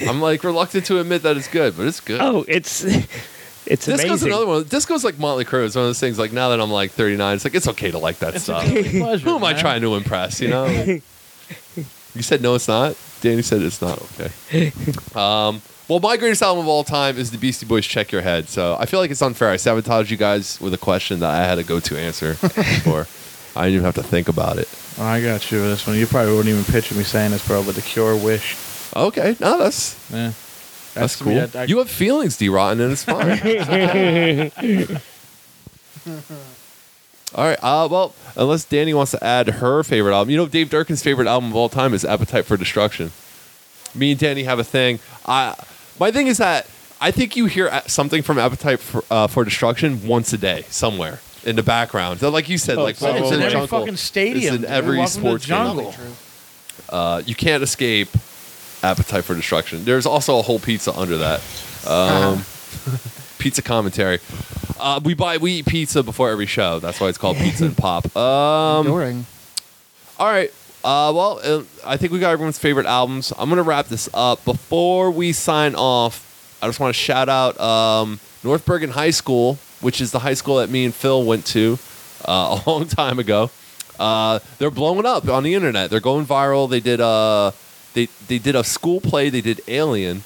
I'm like reluctant to admit that it's good, but it's good. [laughs] Oh, it's it's Disco's amazing. another one. Disco's like Motley Crue. It's one of those things. Like now that I'm like 39, it's like it's okay to like that stuff. Pleasure, Who am I man. trying to impress? You know. you said no, it's not. Danny said it's not okay. Um, well, my greatest album of all time is the Beastie Boys' "Check Your Head." So I feel like it's unfair. I sabotaged you guys with a question that I had a go-to answer for. I didn't even have to think about it. Oh, I got you with this one. You probably wouldn't even picture me saying this, bro, but the Cure Wish. Okay, no, that's Yeah. that's, to cool. me, I- I- you have feelings, D. Rotten, and it's fine. [laughs] All right. Uh, well, unless Danny wants to add her favorite album, you know, Dave Durkin's favorite album of all time is Appetite for Destruction. Me and Danny have a thing. I my thing is that I think you hear a- something from Appetite for, uh, for Destruction once a day somewhere in the background. So, like you said, Oh, like it's in it's in every jungle. fucking stadium, It's in dude. every Welcome to sports game. jungle. Probably true. Uh, you can't escape Appetite for Destruction. There's also a whole pizza under that. Um, pizza commentary. Uh, we buy we eat pizza before every show. That's why it's called Pizza and Pop. Um, Enduring. all right. Uh, well, uh, I think we got everyone's favorite albums. I'm gonna wrap this up before we sign off. I just want to shout out um, North Bergen High School, which is the high school that me and Phil went to uh, [laughs] a long time ago. Uh, they're blowing up on the internet. They're going viral. They did uh, they they did a school play. They did Alien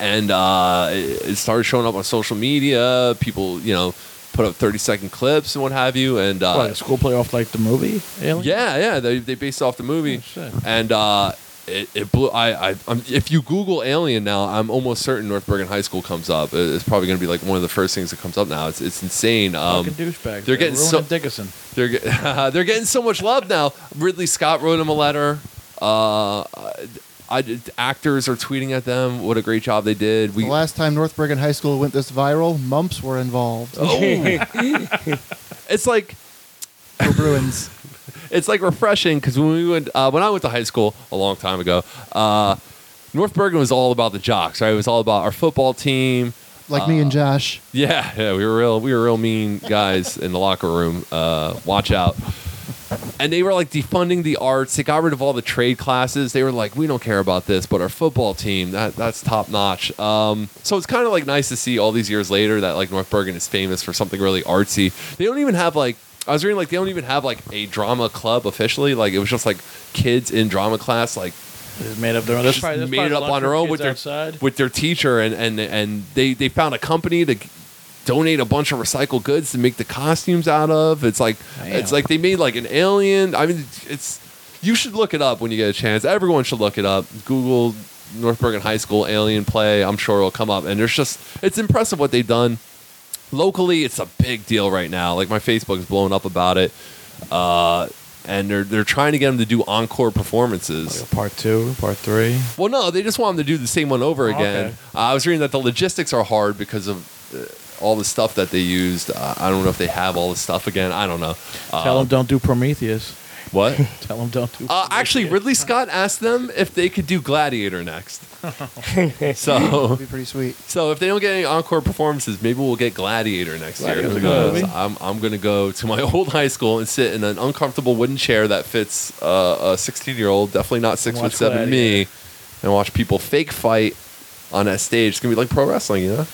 and uh, it it started showing up on social media. People, you know, put up 30 second clips and what have you. And uh, What, a school play off like the movie? Alien? yeah, yeah, they they based off the movie, Oh, shit. and uh, it, it blew. I, I I'm, if you Google Alien now, I'm almost certain North Bergen High School comes up. It- It's probably going to be like one of the first things that comes up now. It's it's insane. Um, Fucking douchebags. they're getting ruining so- Dickinson. they're ge- [laughs] they're getting so much love now. Ridley Scott wrote him a letter. Uh, I- I- actors are tweeting at them. What a great job they did. We the last time North Bergen High School went this viral, mumps were involved. Oh, it's like For Bruins. it's like refreshing because when we went uh, when I went to high school a long time ago, uh, North Bergen was all about the jocks, right? It was all about our football team. Like me and Josh. [laughs] Yeah, yeah, we were real, we were real mean guys in the locker room. Uh, watch out. And they were like defunding the arts. They got rid of all the trade classes. They were like, we don't care about this, but our football team that that's top notch. Um, so it's kind of like nice to see all these years later that like North Bergen is famous for something really artsy. They don't even have like I was reading like they don't even have like a drama club officially. Like it was just like kids in drama class like They just made up their own. That's just probably, that's made it probably up a on bunch their of own kids with their outside. with their teacher, and and and they they found a company to donate a bunch of recycled goods to make the costumes out of. It's like it's Damn. like they made like an alien. I mean, it's you should look it up when you get a chance. Everyone should look it up. Google North Bergen High School alien play. I'm sure it'll come up, and there's just it's impressive what they've done. locally, it's a big deal right now. Like my Facebook is blowing up about it, uh, and they're they're trying to get them to do encore performances. Like a part two, part three. Well, no, they just want them to do the same one over Oh, again. okay. Uh, I was reading that the logistics are hard because of uh, all the stuff that they used. Uh, I don't know if they have all the stuff again. I don't know. Uh, Tell them don't do Prometheus. [laughs] what. Tell them don't do. Uh, actually, Ridley Scott asked them if they could do Gladiator [laughs] next. so, That'd be pretty sweet. so if they don't get any encore performances, maybe we'll get Gladiator next Gladiator's year. a good Because movie. I'm, I'm going to go to my [laughs] old high school and sit in an uncomfortable wooden chair that fits uh, a 16 year old, definitely not six foot watch seven me, and watch people fake fight on that stage. It's going to be like pro wrestling, you know?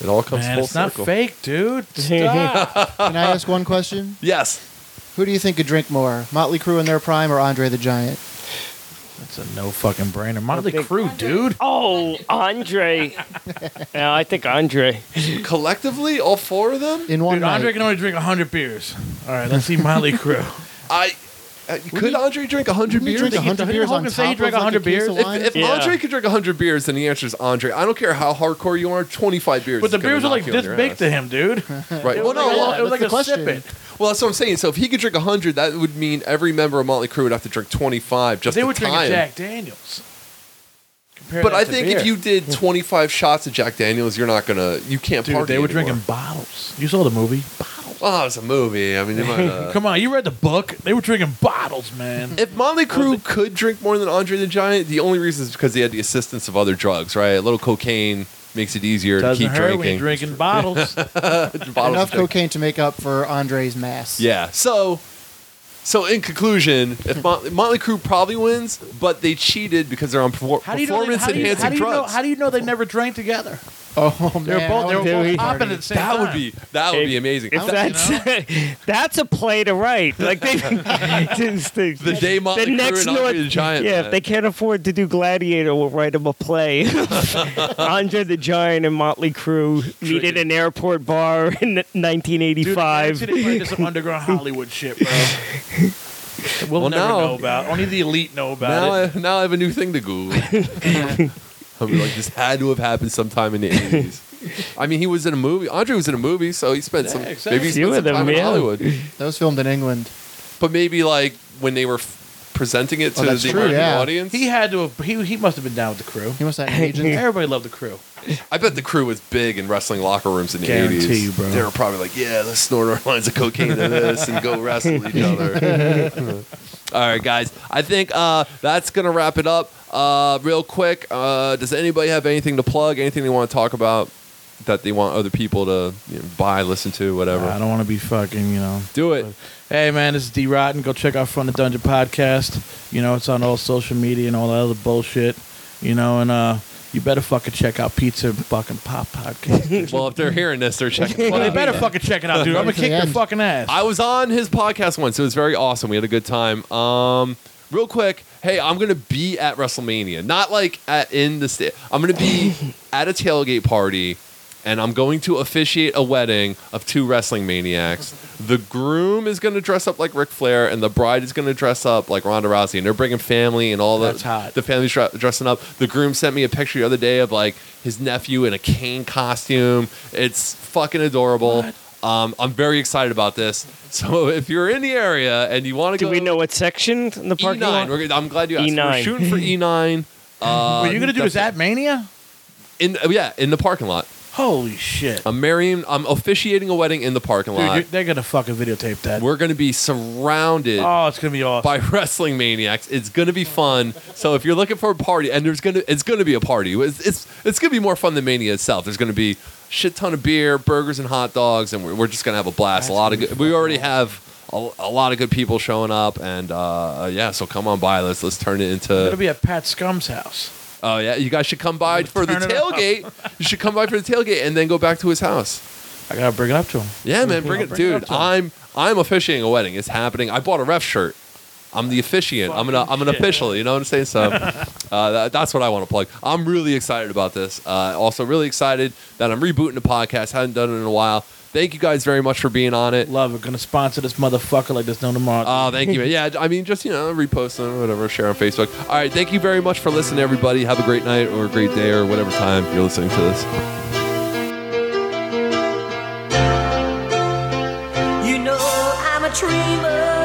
It all comes Man, full it's not circle. fake, [laughs] dude. Stop. Can I ask one question? Yes. Who do you think could drink more, Motley Crue in their prime or Andre the Giant? That's a no fucking brainer. Motley think- Crue, dude. [laughs] Oh, Andre. no, I think Andre. Collectively, all four of them? In one Dude, Andre night. can only drink hundred beers. All right, let's [laughs] see Motley Crue. I. uh, Could Andre drink 100 Wouldn't you beers? drink Did 100 Hulk beers on say he top drank of like a 100 case of beers? wine? If, if Yeah. Andre could drink 100 beers, then the answer is Andre. I don't care how hardcore you are, 25 beers. But the is gonna beers were knock like you on this your big ass. to him, dude. [laughs] [laughs] Right. Well, no, Yeah, well, it was that's like the a question. sip it. well, that's what I'm saying. So if he could drink 100, that would mean every member of Motley Crue would have to drink 25 just they to were tie drinking him. Jack Daniels. Compare But that I to think beer. if you did 25 shots of Jack Daniels, you're not gonna, you can't dude, party. they were anymore. drinking bottles. You saw the movie. Well, it was a movie. I mean, [laughs] they might, uh, [laughs] Come on, you read the book. They were drinking bottles, [laughs] man. if Motley Crue could drink more than Andre the Giant, the only reason is because he had the assistance of other drugs, right? A little cocaine makes it easier Doesn't to keep hurt drinking. when you're [laughs] drinking bottles. Bottles Enough of Jack cocaine to make up for Andre's mass. Yeah. So, so in conclusion, if Mot- Motley Crue probably wins, but they cheated because they're on perfor- How do you know? They, how, do you, how, performance-enhancing do you know drugs. how do you know they never drank [laughs] together? Oh, man. They were both they I were would do both we- hopping at the same that time. would be that would If- be amazing. If The- that's [laughs] that's a play to write. Like they [laughs] just the, the day Motley Crue next and Andre North- the Giant. Yeah, met. if they can't afford to do Gladiator, we'll write them a play. [laughs] Andre the Giant and Motley Crue meet at an airport bar in Dude, imagine 1985. if they [laughs] did some underground Hollywood shit, bro. We'll, Well, never now- know about. Only the elite know about now, it. I, now I have a new thing to Google. [laughs] [laughs] I'll be like, this had to have happened sometime in the [laughs] eighties. I mean, he was in a movie. Andre was in a movie, so he spent some Yeah, exactly. maybe he Few spent of some them, time in yeah. Hollywood. That was filmed in England. But maybe like when they were f- presenting it to Oh, the that's true, American yeah. audience, He had to have. He, he must have been down with the crew. He must have had an agent. Everybody loved the crew. I bet the crew was big in wrestling locker rooms in the Guarantee eighties. you, bro. They were probably like, "Yeah, let's snort our lines of cocaine to this and go wrestle [laughs] each other." All right, guys. I think uh, that's gonna wrap it up. Uh, real quick, uh, does anybody have anything to plug? Anything they want to talk about that they want other people to you know, buy, listen to, whatever? I don't want to be fucking. You know. Do it. Hey man, this is D Rotten. Go check out Front of Dungeon podcast. You know it's on all social media and all that other bullshit. You know, and uh, you better fucking check out Pizza and Fucking Pop [laughs] podcast. Well, if they're hearing this, they're checking. well, it they out. better fucking check it out, dude. I'm gonna Right to the kick their end. fucking ass. I was on his podcast once. It was very awesome. We had a good time. Um, real quick, hey, I'm gonna be at WrestleMania. Not like at in the state. I'm gonna [laughs] be at a tailgate party, and I'm going to officiate a wedding of two wrestling maniacs. The groom is gonna dress up like Ric Flair, and the bride is gonna dress up like Ronda Rousey. And they're bringing family and all the That's hot. the family's dre- dressing up. The groom sent me a picture the other day of like his nephew in a cane costume. It's fucking adorable. Um, I'm very excited about this. So [laughs] if you're in the area and you want to Do go, we know what section in the parking E9. lot? E We're, gonna- I'm glad you asked. We're E9. shooting [laughs] for E E9. Uh, what you gonna do is definitely- that Mania? in yeah in the parking lot. Holy shit, I'm marrying. I'm officiating a wedding in the parking dude! lot. you they're gonna fucking videotape that. We're gonna be surrounded. oh, it's gonna be awesome. by [laughs] wrestling maniacs. It's gonna be fun. So if you're looking for a party, and there's gonna it's gonna be a party. It's it's, it's gonna be more fun than Mania itself. There's gonna be shit ton of beer, burgers, and hot dogs, and we're, we're just gonna have a blast. a lot of good, we already have a, a lot of good people showing up, and uh, yeah. So come on by. Let's let's turn it It's gonna into. be at Pat Scum's house. Oh yeah, you guys should come by for the turn it up. tailgate. you should come by for the tailgate, and then go back to his house. I gotta bring it up to him. Yeah, man, Mhm. bring I'll it, bring it dude. up to 'em. I'm I'm officiating a wedding. It's happening. I bought a ref shirt. I'm the officiant. I'm an I'm an Fucking shit. official. You know what I'm saying? So [laughs] uh, that, that's what I want to plug. I'm really excited about this. Uh, also, really excited that I'm rebooting the podcast. Hadn't done it in a while. Thank you guys very much for being on [laughs] it. Love it. Gonna sponsor this motherfucker like there's no tomorrow. Oh, thank you. man. Yeah, I mean, just you know, repost them, whatever, share on Facebook. All right, thank you very much for listening, everybody. Have a great night or a great day or whatever time you're listening to this. dreamer.